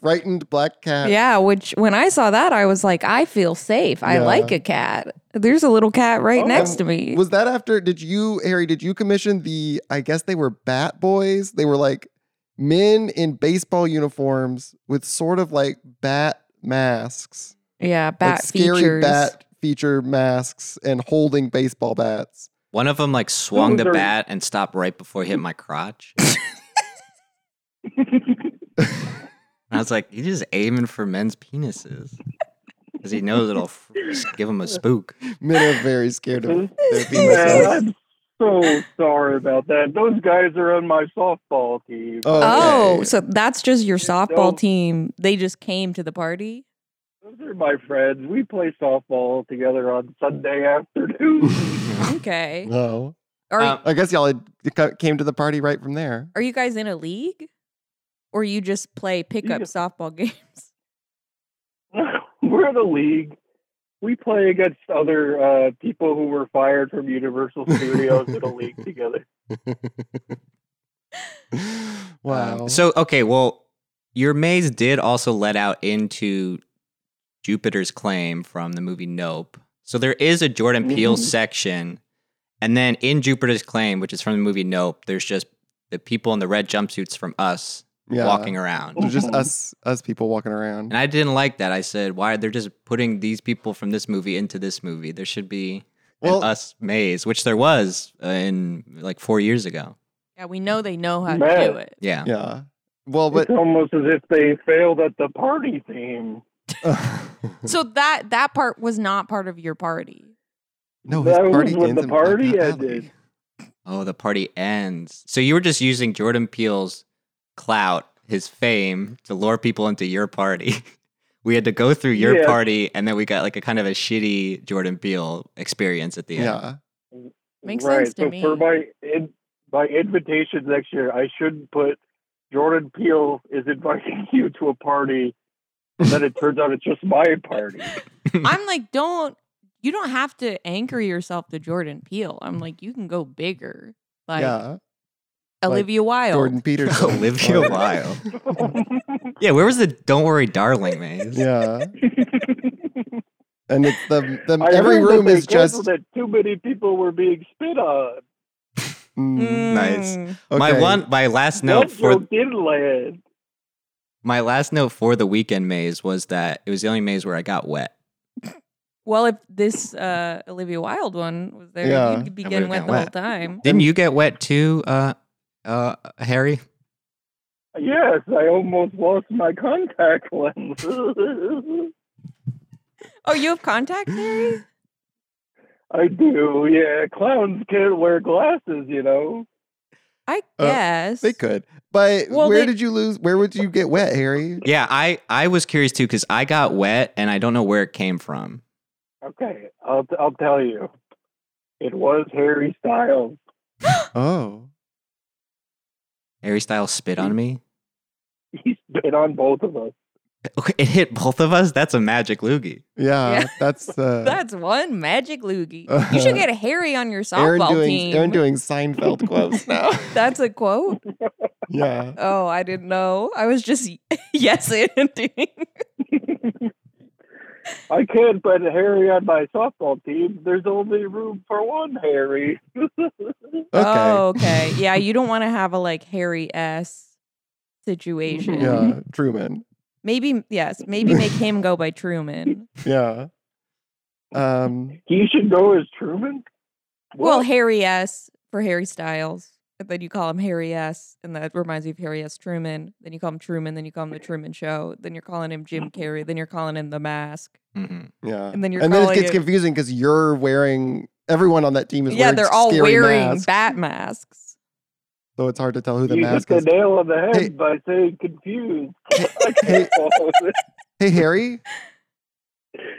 frightened black cat.
yeah, which when I saw that, I was like, I feel safe. I
Yeah.
like a cat. There's a little cat right
Oh.
next to me.
Was that after? Did you, Harry? Did you commission the? I guess they were bat boys. They were like men in baseball uniforms with sort of like bat masks.
yeah, bat
like scary
features.
bat feature masks and holding baseball bats.
One of them like swung the
Those are-
bat and stopped right before it hit my crotch. And I was like, he's just aiming for men's penises. Because he knows it'll f- give him a spook.
Men are very scared of
Man,
their penises.
I'm so sorry about that. Those guys are on my softball team.
Oh,
okay.
so that's just your
Yeah,
softball
so-
team. They just came to the party.
Those are my friends. We play softball together on Sunday afternoon.
Okay.
no.
Are
Um,
I guess y'all had, ca- came to the party right from there.
are you guys in a league? Or you just play pickup
just-
softball games?
we're the league. We play against other uh, people who were fired from Universal Studios in a league together.
wow.
Um, so, okay, well, your maze did also let out into Jupiter's claim from the movie Nope. So there is a Jordan Peele
Mhm.
section. And then in Jupiter's claim, which is from the movie Nope, there's just the people in the red jumpsuits from us
yeah.
walking around.
There's just
Mhm.
us us people walking around.
And I didn't like that. I said, why they're just putting these people from this movie into this movie? There should be an
Well-
us maze, which there was uh, in like four years ago.
Yeah, we know they know how to
Man.
do it.
Yeah.
yeah. Well, but
it's almost as if they failed at the party theme.
So that that part was not part of your party.
no,
That was when
ends
the
in Black
party
Alley.
ended.
Oh, the party ends. So you were just using Jordan Peele's clout, his
Mm-hmm.
fame, to lure people into your party. We had to go through your
Yeah.
party, and then we got like a kind of a shitty Jordan Peele experience at the
Yeah.
end.
Makes
right.
sense to
so
me.
for my in, my invitation next year, I should put Jordan Peele is inviting you to a party. And then it turns out it's just my party.
I'm like, don't you don't have to anchor yourself to Jordan Peele. I'm like, you can go bigger. Like
Mm. yeah.
Olivia Wilde.
Jordan Peterson.
Olivia Wilde.
Um,
Yeah, where was the "Don't Worry, Darling" maze?
Yeah. And it's the, the
I
every
heard that
room
they
is just
canceled it. too many people were being spit on.
mm,
Nice.
Mm.
My
okay.
one, my last note
What
for
joke did land?
my last note for the weekend maze was that it was the only maze where I got wet.
Well, if this uh, Olivia Wilde one was there,
Yeah.
you'd be
I
getting
would've
wet
got
the whole
wet.
time.
Didn't you get wet too, uh, uh, Harry?
Yes, I almost lost my contact lens.
Oh, you have contacts, Harry?
I do, yeah. Clowns can't wear glasses, you know.
I
Uh,
guess.
They could. But
Well,
where
they-
did you lose? Where would you get wet, Harry?
Yeah, I I was curious too because I got wet and I don't know where it came from.
Okay, I'll I'll tell you. It was Harry Styles.
Oh.
Harry Styles spit on me.
He spit on both of us.
It hit both of us. That's a magic loogie.
Yeah.
Yeah.
That's uh,
That's one magic loogie. you should get Harry on your softball
Aaron doing
team.
Aaron doing Seinfeld quotes now.
That's a quote.
yeah.
Oh, I didn't know. I was just yes ending.
I can't put Harry on my softball team. There's only room for one Harry.
Okay.
Oh, okay. Yeah, you don't want to have a like Harry s situation.
Yeah. Truman.
Maybe yes. Maybe make him go by Truman.
Yeah. Um.
he should go as Truman.
Well,
What?
Harry S for Harry Styles. And then you call him Harry S, and that reminds you of Harry S. Truman. Then you call him Truman. Then you call him the Truman Show. Then you're calling him Jim Carrey. Then you're calling him the Mask.
hmm
Yeah.
And then you're
and then it
calling
gets
it-
confusing because you're wearing everyone on that team is
yeah,
wearing
they're all
scary
wearing
masks,
bat masks.
so it's hard to tell who the
you hit
mask
the
is.
nail on the head
Hey.
by saying confused.
Hey, hey Harry,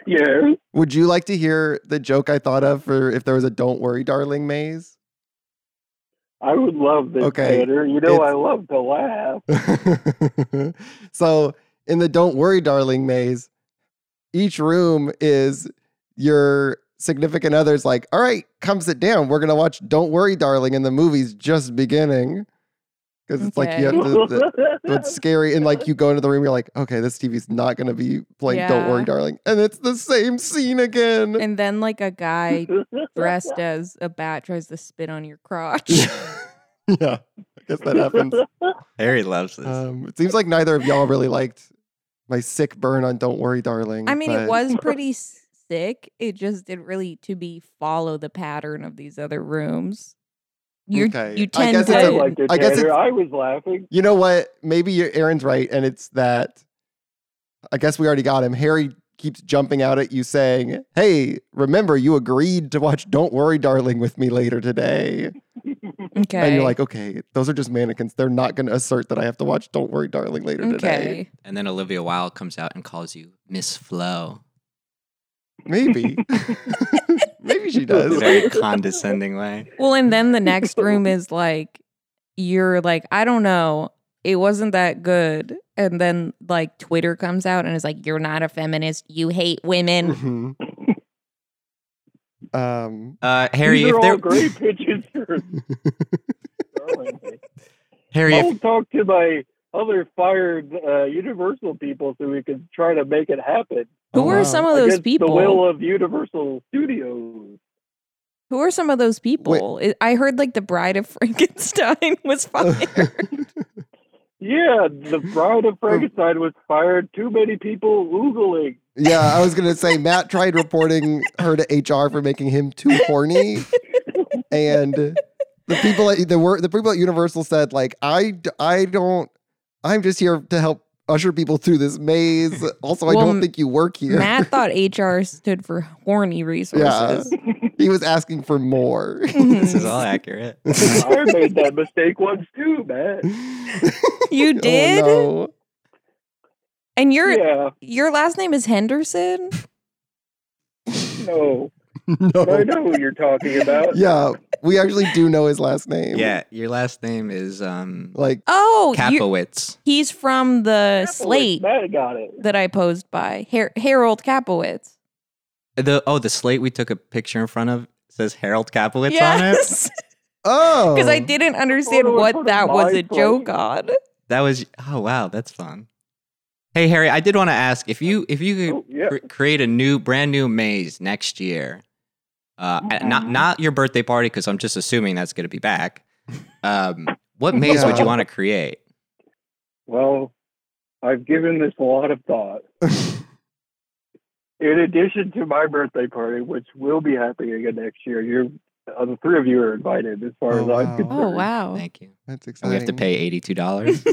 yeah.
would you like to hear the joke I thought of for if there was a "Don't Worry, Darling" maze?
I would love this,
Okay,
Tanner. You know
it's-
I love to laugh.
so in the don't worry darling maze each room is your significant others like all right come sit down we're gonna watch don't worry darling and the movie's just beginning because it's like you have
Okay.
to the, what's scary and like you go into the room you're like okay this tv's not gonna be playing don't worry
Yeah.
darling and it's the same scene again
And then like a guy dressed as a bat tries to spit on your crotch.
yeah i guess that happens
Harry loves this.
um, it seems like neither of y'all really liked my sick burn on don't worry darling
I mean, it
but-
was pretty s- sick. It just didn't really to be follow the pattern of these other rooms. You
Okay. I
you tend
guess
to
I
it's a-
liked it,
I guess
Tanner.
it's-
I was laughing.
You know what? Maybe your- Aaron's right, and it's that. I guess we already got him. Harry keeps jumping out at you, saying, "Hey, remember you agreed to watch Don't Worry, Darling, with me later today."
okay.
And you're like, "Okay, those are just mannequins. They're not going to assert that I have to watch Don't Worry, Darling later today."
okay.
And then Olivia Wilde comes out and calls you Miss Flo.
Maybe, maybe
In
she
a
does.
Very condescending way.
Well, and then the next room is like you're like I don't know. It wasn't that good. And then like Twitter comes out and is like you're not a feminist. You hate women.
Mhm. um,
Uh, Harry,
These are
if
all
there,
great pitches for Darling.
Harry,
I'll
if,
talk to my other fired uh, Universal people so we can try to make it happen.
Who
Oh,
are
wow.
some of
against
those people?
The will of Universal Studios.
Who are some of those people? I I heard like the Bride of Frankenstein was fired.
Yeah, the Bride of Frankenstein was fired. Too many people oogling.
yeah, I was gonna say Matt tried reporting her to HR for making him too horny. and the people at the were the people at Universal said like I d- I don't I'm just here to help usher people through this maze. Also, I
Well,
don't think you work here.
Matt thought HR stood for horny
yeah.
resources.
he was asking for more.
This is
Mhm.
all accurate.
I made that mistake once too, man.
you did,
Oh,
and your
Yeah,
your last name is Henderson.
no,
no.
but I
no.
know who you're talking about.
Oh. Yeah, we actually do know his last name.
Yeah, your last name is um
Like,
Oh, you,
Kapowitz.
he's from the slate
Matt got it.
that I posed by Her- Harold Kapowitz.
The oh, the slate we took a picture in front of says Harold Kapowitz on it.
yes,
oh.
because I didn't understand
Photo in
what
front of
that was
my
a joke
plate.
on.
That was oh wow, that's fun. Hey Harry, I did want to ask if you if you
Oh, yeah.
could cr- create a new brand new maze next year. Uh, and not
Mhm.
not your birthday party because I'm just assuming that's going to be back. Um, what maze would you
Yeah.
want to create?
Well, I've given this a lot of thought.
Oh,
In addition to my birthday party, which will be happening again next year, you're uh, the three of you are invited. As far
Oh,
as
wow.
I'm concerned,
Oh wow!
Thank you.
That's
And
exciting.
we have to pay eighty two dollars.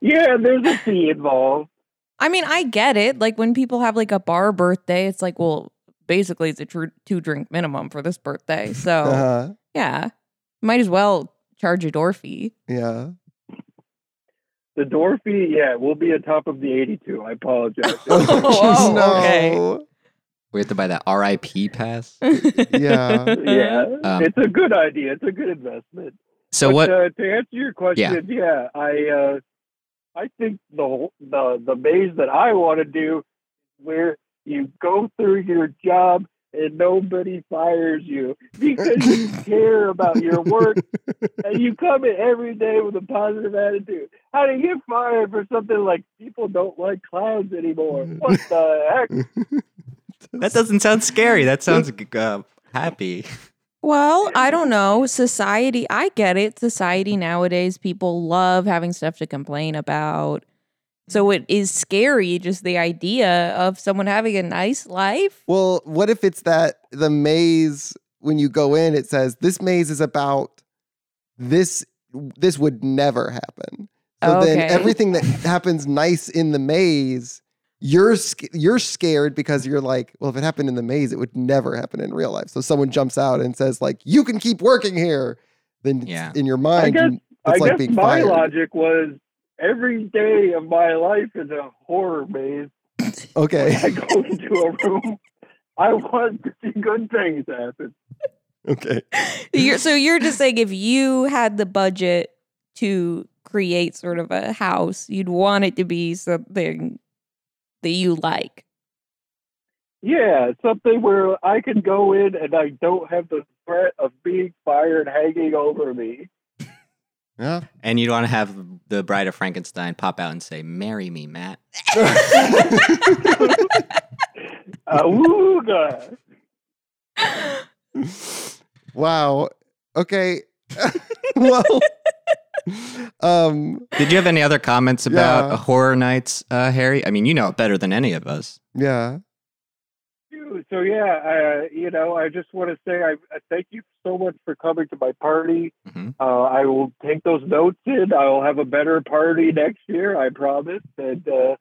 yeah, there's a fee involved.
I mean, I get it. Like when people have like a bar birthday, it's like, well, basically it's a tr- two drink minimum for this birthday. So
uh-huh.
yeah, might as well charge a door fee.
Yeah.
The door fee, yeah, will be atop of the 82. I apologize.
Oh,
no.
we have to buy that RIP pass.
Yeah.
yeah,
Uh.
Um,
it's a good idea. It's a good investment.
So
But,
what?
Uh, to answer your question, yeah, I uh, I think the whole- the the maze that I want to do, where you go through your job and nobody fires you because you care about your work and you come in every day with a positive attitude. How do you get fired for something like people don't like clowns anymore?
Mm.
What the heck?
That doesn't sound scary. That sounds uh, happy.
Well, I don't know. Society, I get it. Society nowadays, people love having stuff to complain about. So it is scary, just the idea of someone having a nice life.
Well, what if it's that the maze when you go in it says this maze is about this this would never happen. So then
Okay.
everything that happens nice in the maze you're sc- you're scared because you're like, well, if it happened in the maze, it would never happen in real life. So someone jumps out and says like, "You can keep working here." Then it's-
Yeah.
in your
I
mind,
guess
you-
I
it's like
guess
being
my
fired.
logic was every day of my life is a horror maze. I
okay,
go into a room. I want to see good things happen.
okay,
You're, so you're just saying if you had the budget to create sort of a house, you'd want it to be something that you like.
Yeah, something where I can go in and I don't have the threat of being fired hanging over me.
yeah.
And you'd want to have the Bride of Frankenstein pop out and say, "Marry me, Matt."
Awooga!
Wow. Okay. well, um,
Did you have any other comments about
Yeah.
horror nights, uh, Harry? I mean, you know it better than any of us.
yeah.
Dude, So yeah, uh, you know, I just want to say I, I thank you so much for coming to my party.
Mhm.
Uh, I will take those notes in. I will have a better party next year, I promise. And uh,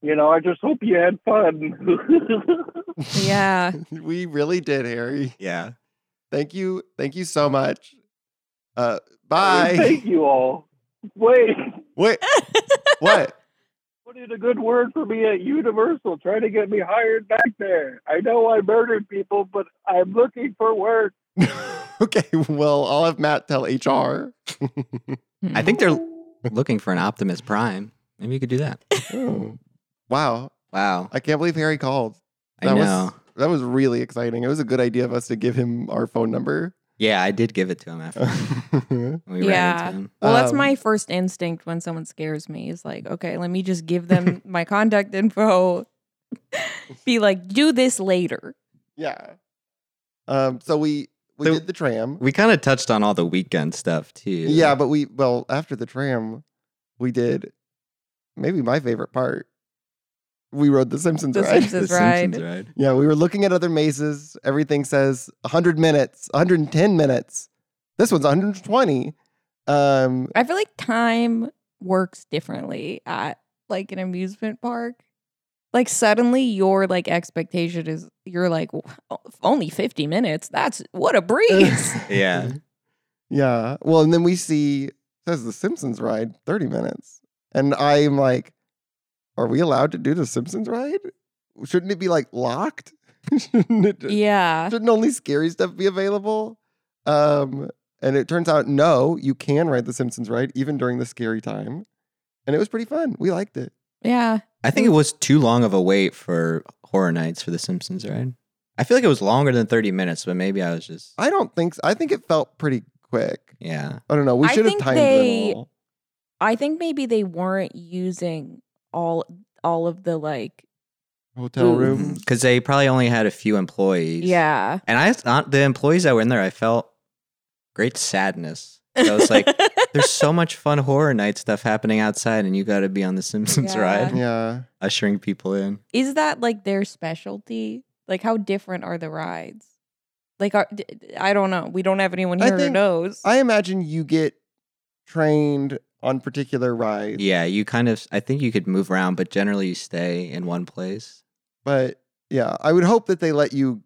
you know, I just hope you had fun.
Yeah.
We really did, Harry.
Yeah.
Thank you. Thank you so much. Uh, bye.
Thank you all. Wait,
Wait. What?
put in a good word for me at Universal. Try to get me hired back there. I know I murdered people, but I'm looking for work.
okay. Well, I'll have Matt tell HR.
I think they're looking for an Optimus Prime. Maybe you could do that.
Oh. Wow.
Wow.
I can't believe Harry called.
I
That was-
know.
That was really exciting. It was a good idea of us to give him our phone number.
yeah, I did give it to him after
yeah.
we ran
Yeah.
into him.
Well, that's
Um,
my first instinct when someone scares me is like, okay, let me just give them my contact info. Be like, do this later.
Um, so we we
So-
did the tram.
We kind of touched on all the weekend stuff too.
Yeah, but we well after the tram, we did maybe my favorite part. We rode the Simpsons
The
ride.
Simpsons
The
ride.
Simpsons ride.
Yeah, we were looking at other mazes. Everything says 100 minutes, 110 minutes. This one's 120. Um,
I feel like time works differently at like an amusement park. Like suddenly your like expectation is you're like "Oh, only 50 minutes. That's what a breeze.
Yeah.
Yeah. Well, and then we see it says the Simpsons ride 30 minutes. And I'm like, are we allowed to do the Simpsons ride? Shouldn't it be like locked? Shouldn't it just-
yeah.
shouldn't only scary stuff be available? Um, and it turns out no, you can ride the Simpsons ride even during the scary time. And it was pretty fun. We liked it.
Yeah.
I think it was too long of a wait for Horror Nights for The Simpsons, right? I feel like it was longer than 30 minutes, but maybe I was just,
I don't think so. I think it felt pretty quick.
yeah.
I don't know. We
I
should have
think
timed
they-
it all.
I think maybe they weren't using all all of the like
Hotel
Ooh.
rooms.
Because they probably only had a few employees.
Mm-hmm. yeah.
And I, uh, the employees that were in there, I felt great sadness. I was like, there's so much fun horror night stuff happening outside, and you got to be on The Simpsons
Yeah.
ride,
Yeah.
ushering people in.
is that like their specialty? Like how different are the rides? Like are, d- d- I don't know. We don't have anyone
I
here who
think-
knows.
I imagine you get trained on particular rides,
Yeah, you kind of, I think you could move around, but generally you stay in one place.
but yeah, I would hope that they let you,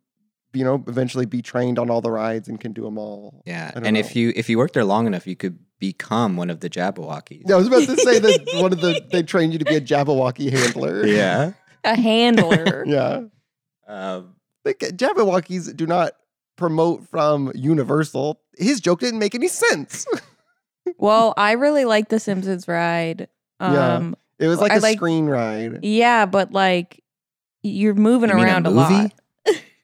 you know, eventually be trained on all the rides and can do them all.
Yeah.
I
And
don't know.
if you if you worked there long enough, you could become one of the Jabberwockies.
Yeah, I was about to say that one of the they trained you to be a Jabberwocky handler.
Yeah.
A handler.
yeah.
Um,
Like Jabberwockies do not promote from Universal. His joke didn't make any sense.
Well, I really like the Simpsons ride.
Yeah.
Um
It was like
I
a
like-
screen ride.
yeah. but like you're moving
You mean a
around a,
movie?
lot.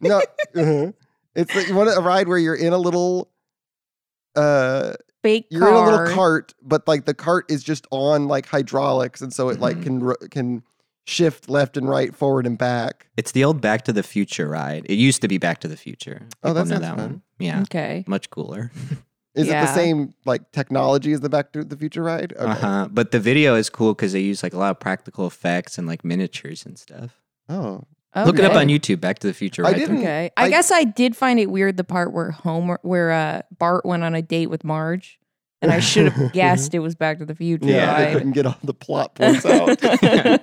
No, uh-huh. it's like one a ride where you're in a little. Uh,
Fake
you're in a little
car.
cart, but like the cart is just on like hydraulics, and so it like
Mhm.
can ro- can shift left and right, forward and back.
it's the old Back to the Future ride. It used to be Back to the Future.
Oh, that
People know that
sounds fun. Mm.
one. Yeah.
Okay.
Much cooler.
Is it the
Yeah.
same like technology as the Back to the Future ride? Okay.
Uh-huh. But the video is cool because they use like a lot of practical effects and like miniatures and stuff.
Oh,
okay.
Look it up on YouTube, Back to the Future.
I
Ride.
didn't-
Okay. I,
I-
guess I did find it weird the part where Homer where uh Bart went on a date with Marge. And I should have guessed it was Back to the Future
Mm-hmm. yeah, I
ride.
couldn't Oh. get all the plot points out.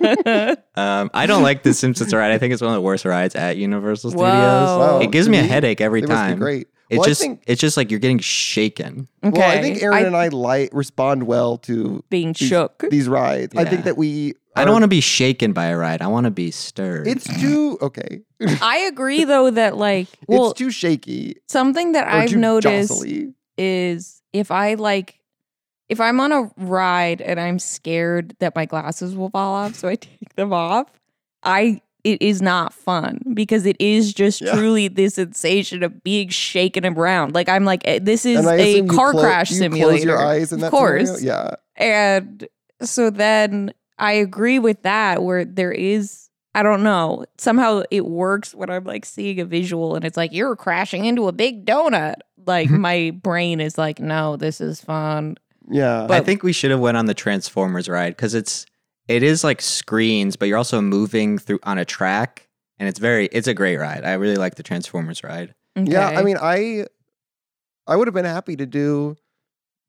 Um, I don't like the Simpsons ride. I think it's one of the worst rides at Universal Studios.
Whoa.
It gives
to
me a
me,
headache every
It must
time.
be great.
It's
Well, I
just
think-
it's just like you're getting shaken.
okay.
Well, I think Aaron and I like respond well to
being
these-
shook.
these rides. I
Yeah.
think that we.
I don't
are-
want to be shaken by a ride. I want to be stirred.
It's too okay.
I agree though that like well
it's too shaky.
something that
or
I've
too
noticed
jostly.
is if I like if I'm on a ride and I'm scared that my glasses will fall off, so I take them off, I it is not fun because it is just
Yeah.
truly this sensation of being shaken around. Like I'm like eh, this is
And I
a
assume you
car
clo-
crash
you
simulator.
Close your eyes, in
Of
that
course.
scenario? yeah.
And so then I agree with that, where there is, I don't know, somehow it works when I'm like seeing a visual and it's like, you're crashing into a big donut. Like my brain is like, no, this is fun.
Yeah.
I
But-
think we should have went on the Transformers ride because it's it is like screens, but you're also moving through on a track, and it's very it's a great ride. I really like the Transformers ride.
Yeah, I
Okay.
mean, I I would have been happy to do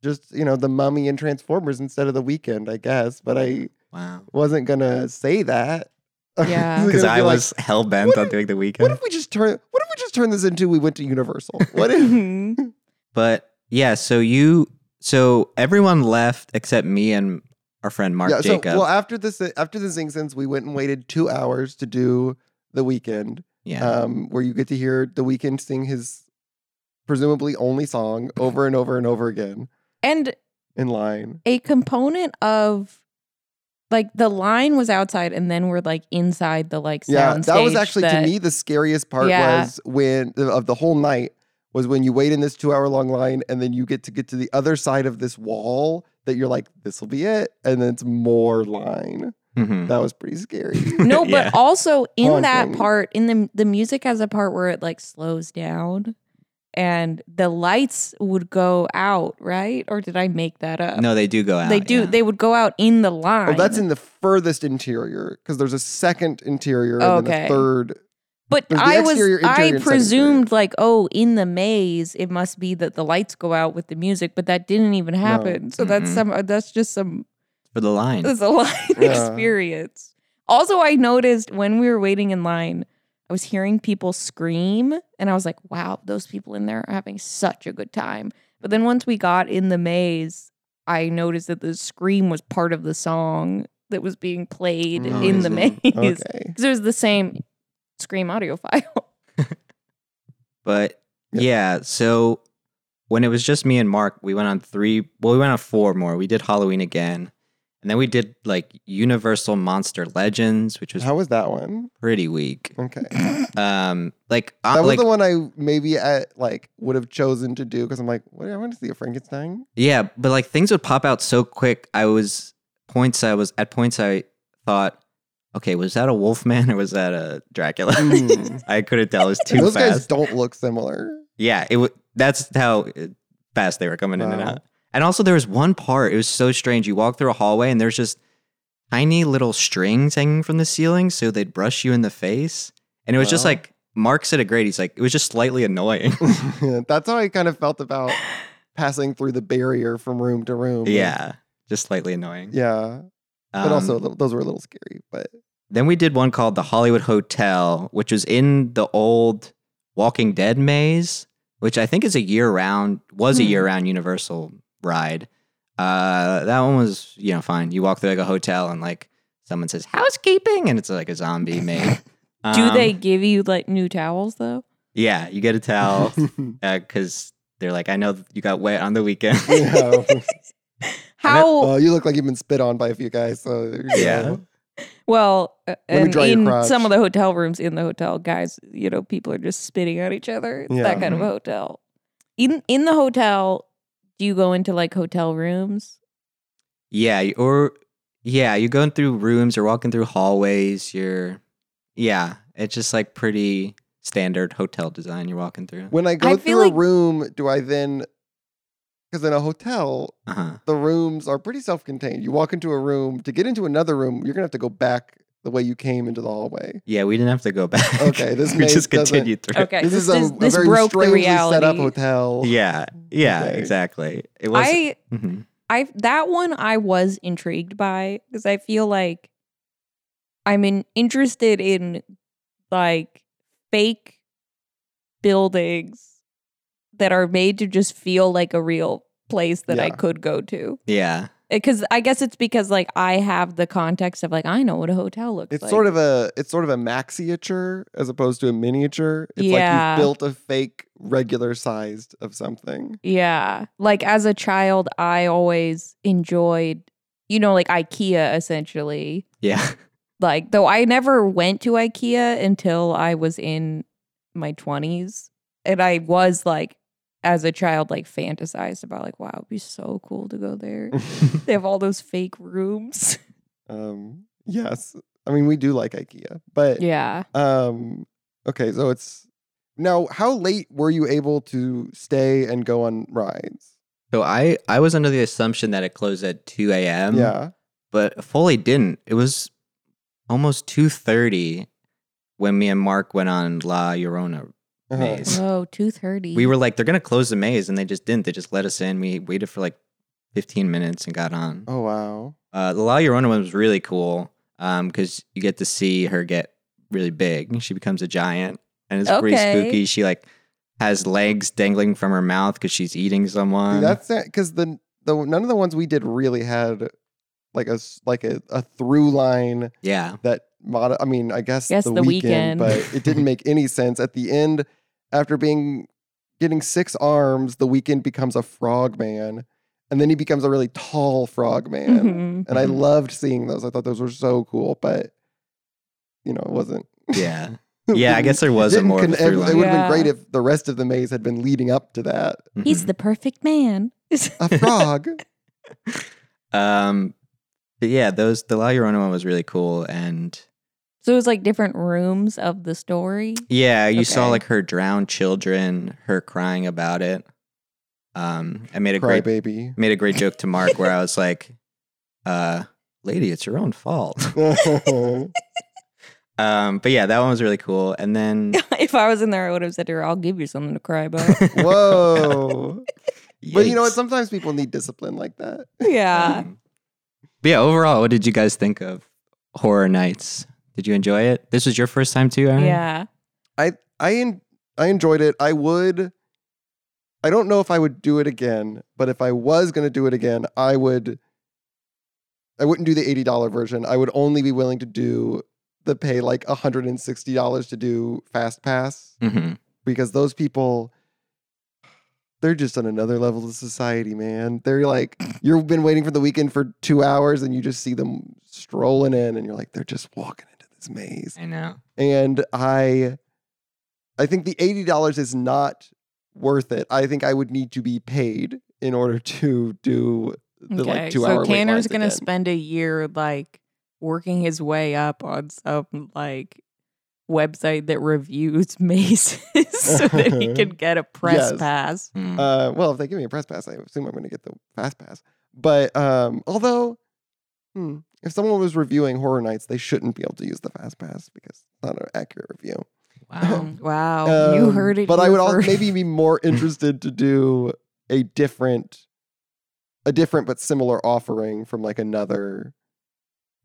just, you know, the mummy and Transformers instead of the weekend, I guess, but I
Wow,
wasn't gonna say that. I was
Yeah.
gonna
because
be
I
like,
was hell bent
what
on
if-
doing the
what
weekend.
if we just turn what if we just turn this into we went to Universal? What if
Mhm.
but yeah, so you so everyone left except me and our friend Mark
yeah, so
Jacob.
well after this uh, after the Zing Sense, we went and waited two hours to do the weekend.
yeah,
Um, where you get to hear the weekend sing his presumably only song over and over and over again
And
in line.
a component of like the line was outside and then we're like inside the like
Yeah,
sound
that was actually to me the scariest part
Yeah.
was when of the whole night was when you wait in this two hour long line and then you get to get to the other side of this wall that you're like this will be it and then it's more line.
Mhm.
That was pretty scary.
No, but
Yeah.
also in that
Haunting.
part, in the the music has a part where it like slows down, and the lights would go out, right? Or did I make that
uh,
up?
no, they do go out.
they do.
yeah.
They would go out in the line.
Oh, that's in the furthest interior because there's a second interior and then
Okay.
a third.
But
there's the
I was
exterior, interior, and
I
second
presumed like oh in the maze it must be that the lights go out with the music, but that didn't even happen. So that's
Mhm.
some uh, that's just some
for the line.
It was a line
Yeah.
experience. Also, I noticed when we were waiting in line, I was hearing people scream, and I was like, wow, those people in there are having such a good time. But then once we got in the maze, I noticed that the scream was part of the song that was being played
Oh,
in
is
the
it?
maze. Because
Okay.
it was the same scream audio file.
But
Yep.
yeah, so when it was just me and Mark, we went on three. Well, we went on four more. We did Halloween again, and then we did like Universal Monster Legends, which was
How was that one?
pretty weak.
Okay.
Um, like
That
I,
was
like
the one I maybe I like would have chosen to do because I'm like, what I want to see a Frankenstein.
yeah, but like things would pop out so quick. I was points. I was at points. I thought, okay, was that a Wolfman or was that a Dracula?
Mm.
I couldn't tell. It was too
Those
fast.
guys don't look similar.
Yeah, it was. That's how uh, fast they were coming in and
Wow.
out. And also, there was one part. It was so strange. You walk through a hallway, and there's just tiny little strings hanging from the ceiling, so they'd brush you in the face. And it was just
Wow.
like Mark said it great. He's like, it was just slightly annoying.
That's how I kind of felt about passing through the barrier from room to room.
yeah, just slightly annoying.
Yeah. But
Um,
also, th- those were a little scary. But
Then we did one called the Hollywood Hotel, which was in the old Walking Dead maze, which I think is a year round was a
Hmm.
year round Universal ride. Uh, that one was you know fine. You walk through like a hotel and like someone says housekeeping, and it's like a zombie maid.
Do
Um,
they give you like new towels though?
Yeah, you get a towel because they're like, I know you got wet on the weekend.
Yeah.
How
Well, you look like you've been spit on by a few guys. So there you
Yeah.
go.
Well, uh,
Let me
and
dry your
in
crotch.
some of the hotel rooms in the hotel, guys, you know, people are just spitting at each other. It's
Yeah.
that kind of a hotel. In in the hotel, do you go into like hotel rooms?
Yeah, you- or yeah, you're going through rooms, you're walking through hallways, you're yeah, it's just like pretty standard hotel design you're walking through.
When I go
I
through
feel like-
a room, do I then? Because in a hotel,
Uh-huh.
the rooms are pretty self-contained. You walk into a room to get into another room, you're gonna have to go back the way you came into the hallway.
Yeah, we didn't have to go back.
Okay, this
we just
maze doesn't-
continued through.
Okay,
this, is a, a
this
very
broke the
strangely
reality.
set up hotel.
Yeah. Yeah,
Okay.
exactly. It was
I
Mhm.
I that one I was intrigued by because I feel like I'm in, interested in like fake buildings that are made to just feel like a real place that I
Yeah.
could go to.
Yeah.
because Uh, I guess it's because like I have the context of like I know what a hotel looks
It's
like.
sort of a it's sort of a maxiature as opposed to a miniature. It's
Yeah.
like you've built a fake regular sized of something.
yeah. Like as a child, I always enjoyed, you know, like IKEA essentially.
Yeah.
Like though I never went to IKEA until I was in my twenties, and I was like as a child like fantasized about like wow it'd be so cool to go there they have all those fake rooms
um, yes, I mean we do like IKEA, but
yeah
um, okay, so it's now how late were you able to stay and go on rides?
So I I was under the assumption that it closed at 2 a.m.
yeah,
but Foley didn't. It was almost 2:30 when me and Mark went on La Llorona
Uh-huh.
maze.
whoa 230
we were like, they're gonna close the maze, and they just didn't. They just let us in. We waited for like 15 minutes and got on.
Oh wow.
Uh, the La Llorona one was really cool because you get to see her get really big. She becomes a giant, and it's pretty
Okay.
spooky. She like has legs dangling from her mouth because she's eating
See,
someone.
that's because the the none of the ones we did really had like a s- like a, a through line
yeah,
that mod. I mean, I guess
Yes, The Weeknd.
but it didn't make any sense at the end. After being getting six arms, the weekend becomes a frog man, and then he becomes a really tall frog man.
Mhm.
And I
Mhm.
loved seeing those. I thought those were so cool, but you know, it wasn't.
yeah, yeah. I guess there was a
Didn't
more of a
connect-
through
It
line.
would have
Yeah.
been great if the rest of the maze had been leading up to that.
Mm-hmm.
he's the perfect man
A frog.
Mhm. um, but yeah, those the La Llorona one was really cool, and
So it was like different rooms of the story.
Yeah, you saw
Okay.
like her drowned children, her crying about it. Um, I made a
Cry
great
baby.
made a great joke to Mark where I was like, "Uh, lady, it's your own fault." Um, but yeah, that one was really cool. And then
if I was in there, I would have said to her, I'll give you something to cry about.
Whoa. But you know what?
Yikes.
Sometimes people need discipline like that.
yeah.
Um, But yeah, overall, what did you guys think of Horror Nights? Did you enjoy it? This was your first time too, Aaron?
Yeah.
I I en- I enjoyed it. I would. I don't know if I would do it again, but if I was going to do it again, I would. I wouldn't do the eighty dollar version. I would only be willing to do the pay like hundred and sixty dollars to do Fast Pass
hmm
because those people. They're just on another level of society, man. They're like, you've been waiting for the weekend for two hours and you just see them strolling in and you're like, they're just walking into this maze
I know.
and I I think the eighty dollars is not worth it. I think I would need to be paid in order to do the like two hour.
so Tanner's
going
gonna spend a year like working his way up on some like website that reviews mazes so that he can get a press
Yes.
pass.
Mm.
Uh, well, if they give me a press pass, I assume I'm going to get the fast pass. But um, although, hmm, if someone was reviewing Horror Nights, they shouldn't be able to use the fast pass because it's not an accurate review.
wow.
Mm, wow, you
Um,
heard it.
But I
here
would also
first.
maybe be more interested to do a different, a different but similar offering from like another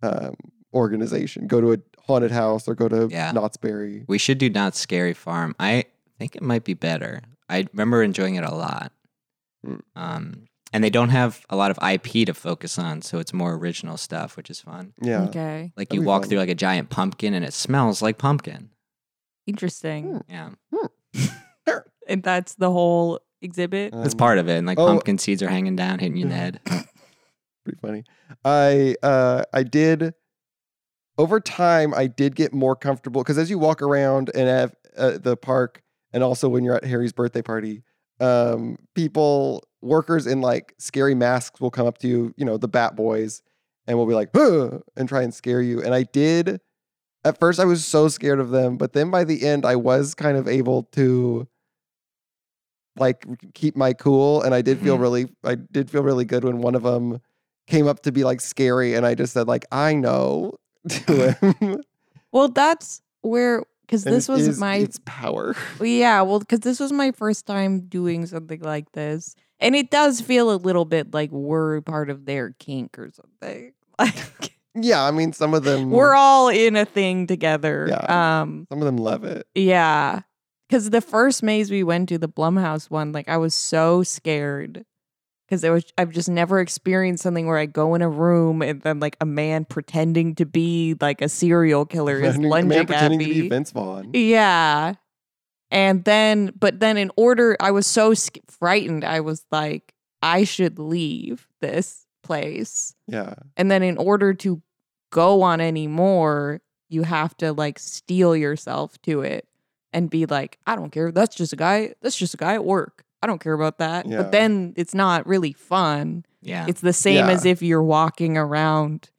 um, organization. Go to a haunted house or go to
Yeah.
Knott's Berry.
We should do Not Scary Farm. I think it might be better. I remember enjoying it a lot.
Mm.
Um, and they don't have a lot of IP to focus on, so it's more original stuff, which is fun.
Yeah,
Okay,
Like
That'd
you
be
walk
fun.
through like a giant pumpkin and it smells like pumpkin.
interesting.
Hmm.
Yeah.
And that's the whole exhibit.
Um,
That's part of it. And like
oh.
pumpkin seeds are hanging down, hitting you in the
Yeah.
head.
pretty funny. I uh, I did over time. I did get more comfortable because as you walk around and at uh, the park, and also when you're at Harry's birthday party, um, people workers in like scary masks will come up to you. You know the Bat Boys, and will be like, "Huh," and try and scare you. And I did. At first, I was so scared of them, but then by the end, I was kind of able to like keep my cool, and I did feel
Mhm.
Mm-hmm.
really, I did feel really good when one of them came up to be like scary, and I just said like, "I know." To him,
Well, that's where because
And
this
it
was
is
my
its power.
Well, yeah, well, because this was my first time doing something like this, and it does feel a little bit like we're part of their kink or something. Like
Yeah, I mean, some of them
we're all in a thing together.
Yeah.
Um,
some of them love it.
yeah, because the first maze we went to, the Blumhouse one, like I was so scared because there was I've just never experienced something where I go in a room and then like a man pretending to be like a serial killer is
A man
lunging at
pretending
me.
to be Vince Vaughn.
Yeah. And then, but then in order, I was so sc- frightened. I was like, I should leave this place.
Yeah,
And then in order to go on anymore, you have to like steel yourself to it and be like, I don't care. That's just a guy. That's just a guy at work. I don't care about that.
Yeah.
But then it's not really fun.
Yeah.
It's the same
Yeah.
as if you're walking around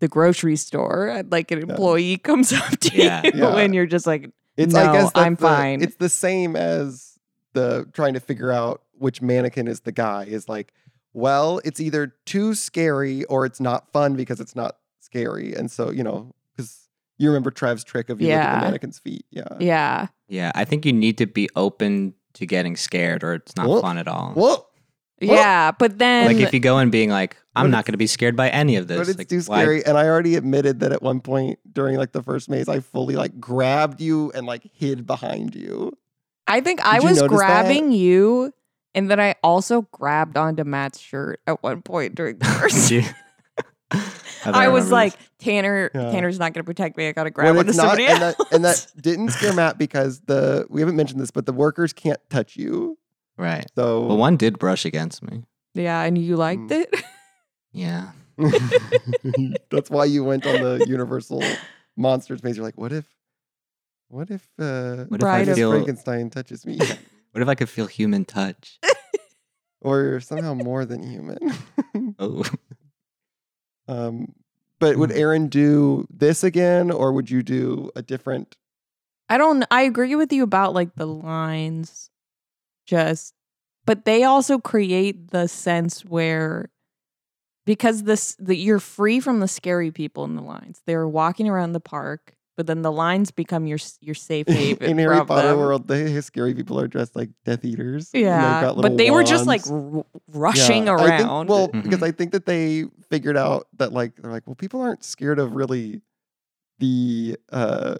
the grocery store and like an
Yeah.
employee comes up to
Yeah.
you
Yeah.
and you're just like,
It's
No,
I guess that's
I'm
the-
fine.
It's the same as the trying to figure out which mannequin is the guy is like, well, it's either too scary or it's not fun because it's not scary. And so, you know, because you remember Trev's trick of you look at
Yeah.
the mannequin's feet. Yeah.
yeah.
yeah. I think you need to be open to getting scared or it's not
Well-
fun at all.
Well, Well-
Yeah, but then
like if you go in being like, I'm
But
not going to be scared by any of this.
but it's
like,
too
why-
scary. And I already admitted that at one point during like the first maze, I fully like grabbed you and like hid behind you.
I think I
Did you
was
notice that?
grabbing you and then I also grabbed onto Matt's shirt at one point during the first.
Did you- don't
I was
remember
like, Tanner,
Yeah.
Tanner's not going to protect me. I got to
Well,
grab onto
it's not-
somebody
and,
else.
that, and that didn't scare Matt because the we haven't mentioned this, but the workers can't touch you.
this. right.
So
Well, one did brush against me.
yeah, and you liked
Mm.
it.
Yeah.
That's why you went on the Universal Monsters maze. You're like, what if, what if, uh,
What if I
Bride
Miss
of-
feel?
Frankenstein touches me,
What if I could feel human touch?
or somehow more than human?
Oh,
um, but would
Hmm.
Aaron do this again, or would you do a different?
I don't I agree with you about like the lines just but they also create the sense where because this the, you're free from the scary people in the lines. They're walking around the park. but then the lines become your s- your safe haven.
In Harry
from
Potter
them.
world, the scary people are dressed like Death Eaters. and they've
yeah,
got little
but they were just like
wands.
r-
Yeah,
rushing
I
around.
think- well,
Mhm.
because I think that they figured out that like they're like, well, people aren't scared of really the uh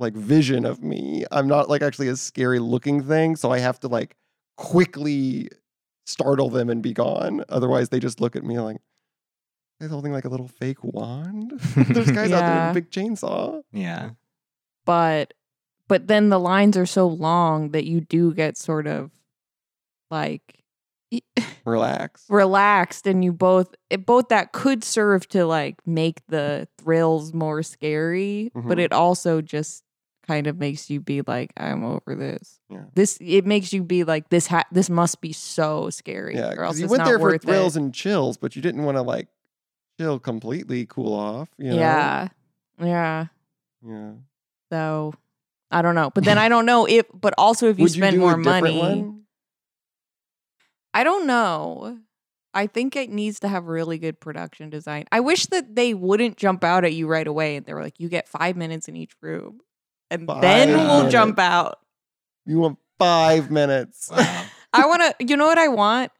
like vision of me. I'm not like actually a scary looking thing, so I have to like quickly startle them and be gone. Otherwise, they just look at me like guys holding like a little fake wand. There's guys out there with
Yeah.
a big chainsaw.
Yeah.
but but then the lines are so long that you do get sort of like
Relax.
relaxed and you both it both that could serve to like make the thrills more scary but
Mhm.
it also just kind of makes you be like i'm over this
Yeah.
this it makes you be like this ha- this must be so scary
Yeah,
or else
because you
it's
went
not
there for
worth
thrills
it
and chills, but you didn't want to like chill completely, cool off. You know?
yeah yeah
Yeah.
so i don't know but then i don't know if but also if you
Would
spend
do a
more
different
money
one?
I don't know. I think it needs to have really good production design. I wish that they wouldn't jump out at you right away and they were like, you get five minutes in each room and then
Five
we'll jump out.
You want five minutes.
Wow.
I want to, you know what I want?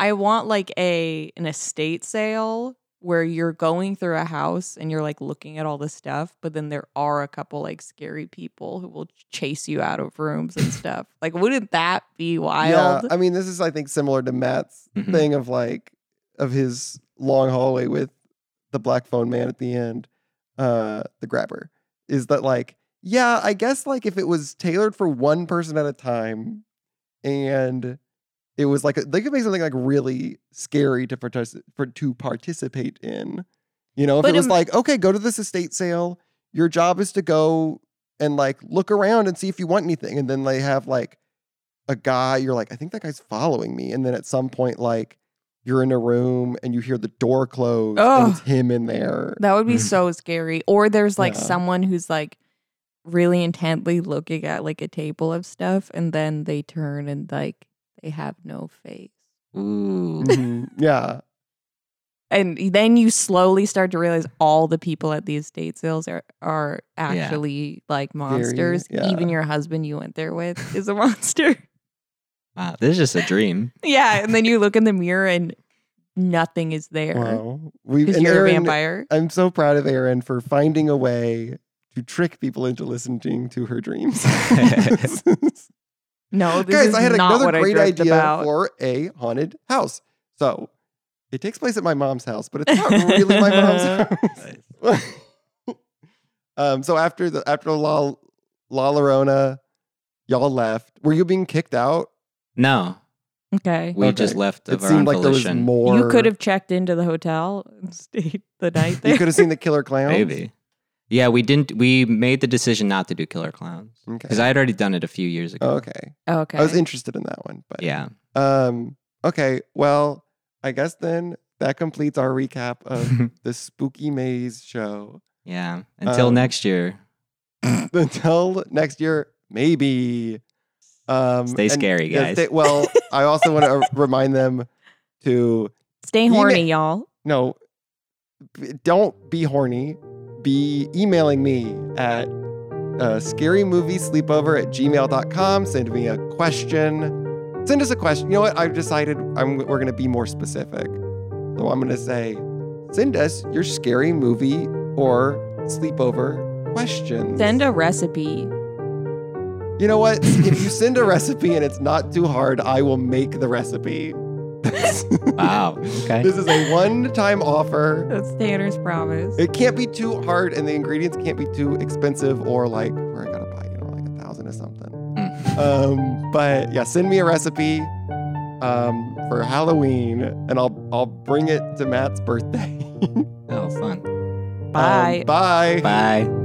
I want like a an estate sale where you're going through a house and you're like looking at all the stuff, but then there are a couple like scary people who will chase you out of rooms and stuff. Like, wouldn't that be wild?
Yeah, I mean, this is I think similar to Matt's
Mm-hmm.
Mhm.
thing of like of his long hallway with the black phone man at the end, uh, the grabber. Is that like, yeah, I guess like if it was tailored for one person at a time, and it was like they could make something like really scary to partic- for to participate in. You know, if
But
it was
im-
like, okay, go to this estate sale. Your job is to go and like look around and see if you want anything. And then they have like a guy, you're like, I think that guy's following me. And then at some point, like you're in a room and you hear the door close
Ugh.
and it's him in there.
That would be
Mhm.
so scary. Or there's like
Mm-hmm. Yeah.
someone who's like really intently looking at like a table of stuff and then they turn and like they have no face.
Ooh.
Mhm. Yeah.
And then you slowly start to realize all the people at these estate sales are, are actually like monsters.
yeah.
Even your husband you went there with is a monster.
Wow. This is just a dream.
yeah. And then you look in the mirror and nothing is there
Wow. We
because
and
you're a
Aaron-
vampire.
I'm so proud of Aaron for finding a way to trick people into listening to her dreams.
No, this
Guys,
is
I had
not
another
what
great
I dreamt
idea
about.
for a haunted house. So it takes place at my mom's house, but it's not really my mom's house. um, so after the after La La Llorona, y'all left. Were you being kicked out?
No,
okay.
we just
Okay.
left of
it
our
seemed
own
like there was
volition.
more.
you could have checked into the hotel and stayed the night there.
You could have seen the killer clown.
Maybe. Yeah, we didn't. We made the decision not to do Killer Clowns
Okay.
because I had already done it a few years ago.
okay.
Oh, okay.
I was interested in that one, but
Yeah.
Um. Okay. Well, I guess then that completes our recap of the Spooky Maze show.
yeah. Until
Um,
next year,
Until next year, maybe. Um,
Stay scary,
yeah,
guys.
stay- well, I also want to remind them to
Stay
Email-
horny, y'all.
no, b- don't be horny. Be emailing me at uh, sleepover at gmail.com. Send me a question. Send us a question. You know what? I've decided I'm, we're going to be more specific. So I'm going to say, send us your scary movie or sleepover questions.
Send a recipe.
You know what? if you send a recipe and it's not too hard, I will make the recipe.
wow. Okay.
This is a one time offer.
That's Tanner's promise.
It can't be too hard, and the ingredients can't be too expensive or like where I gotta buy, you know, like a thousand or something.
Mm.
Um, but yeah, send me a recipe um, for Halloween, and I'll I'll bring it to Matt's birthday.
Oh, fun.
Um,
Bye.
bye.
Bye.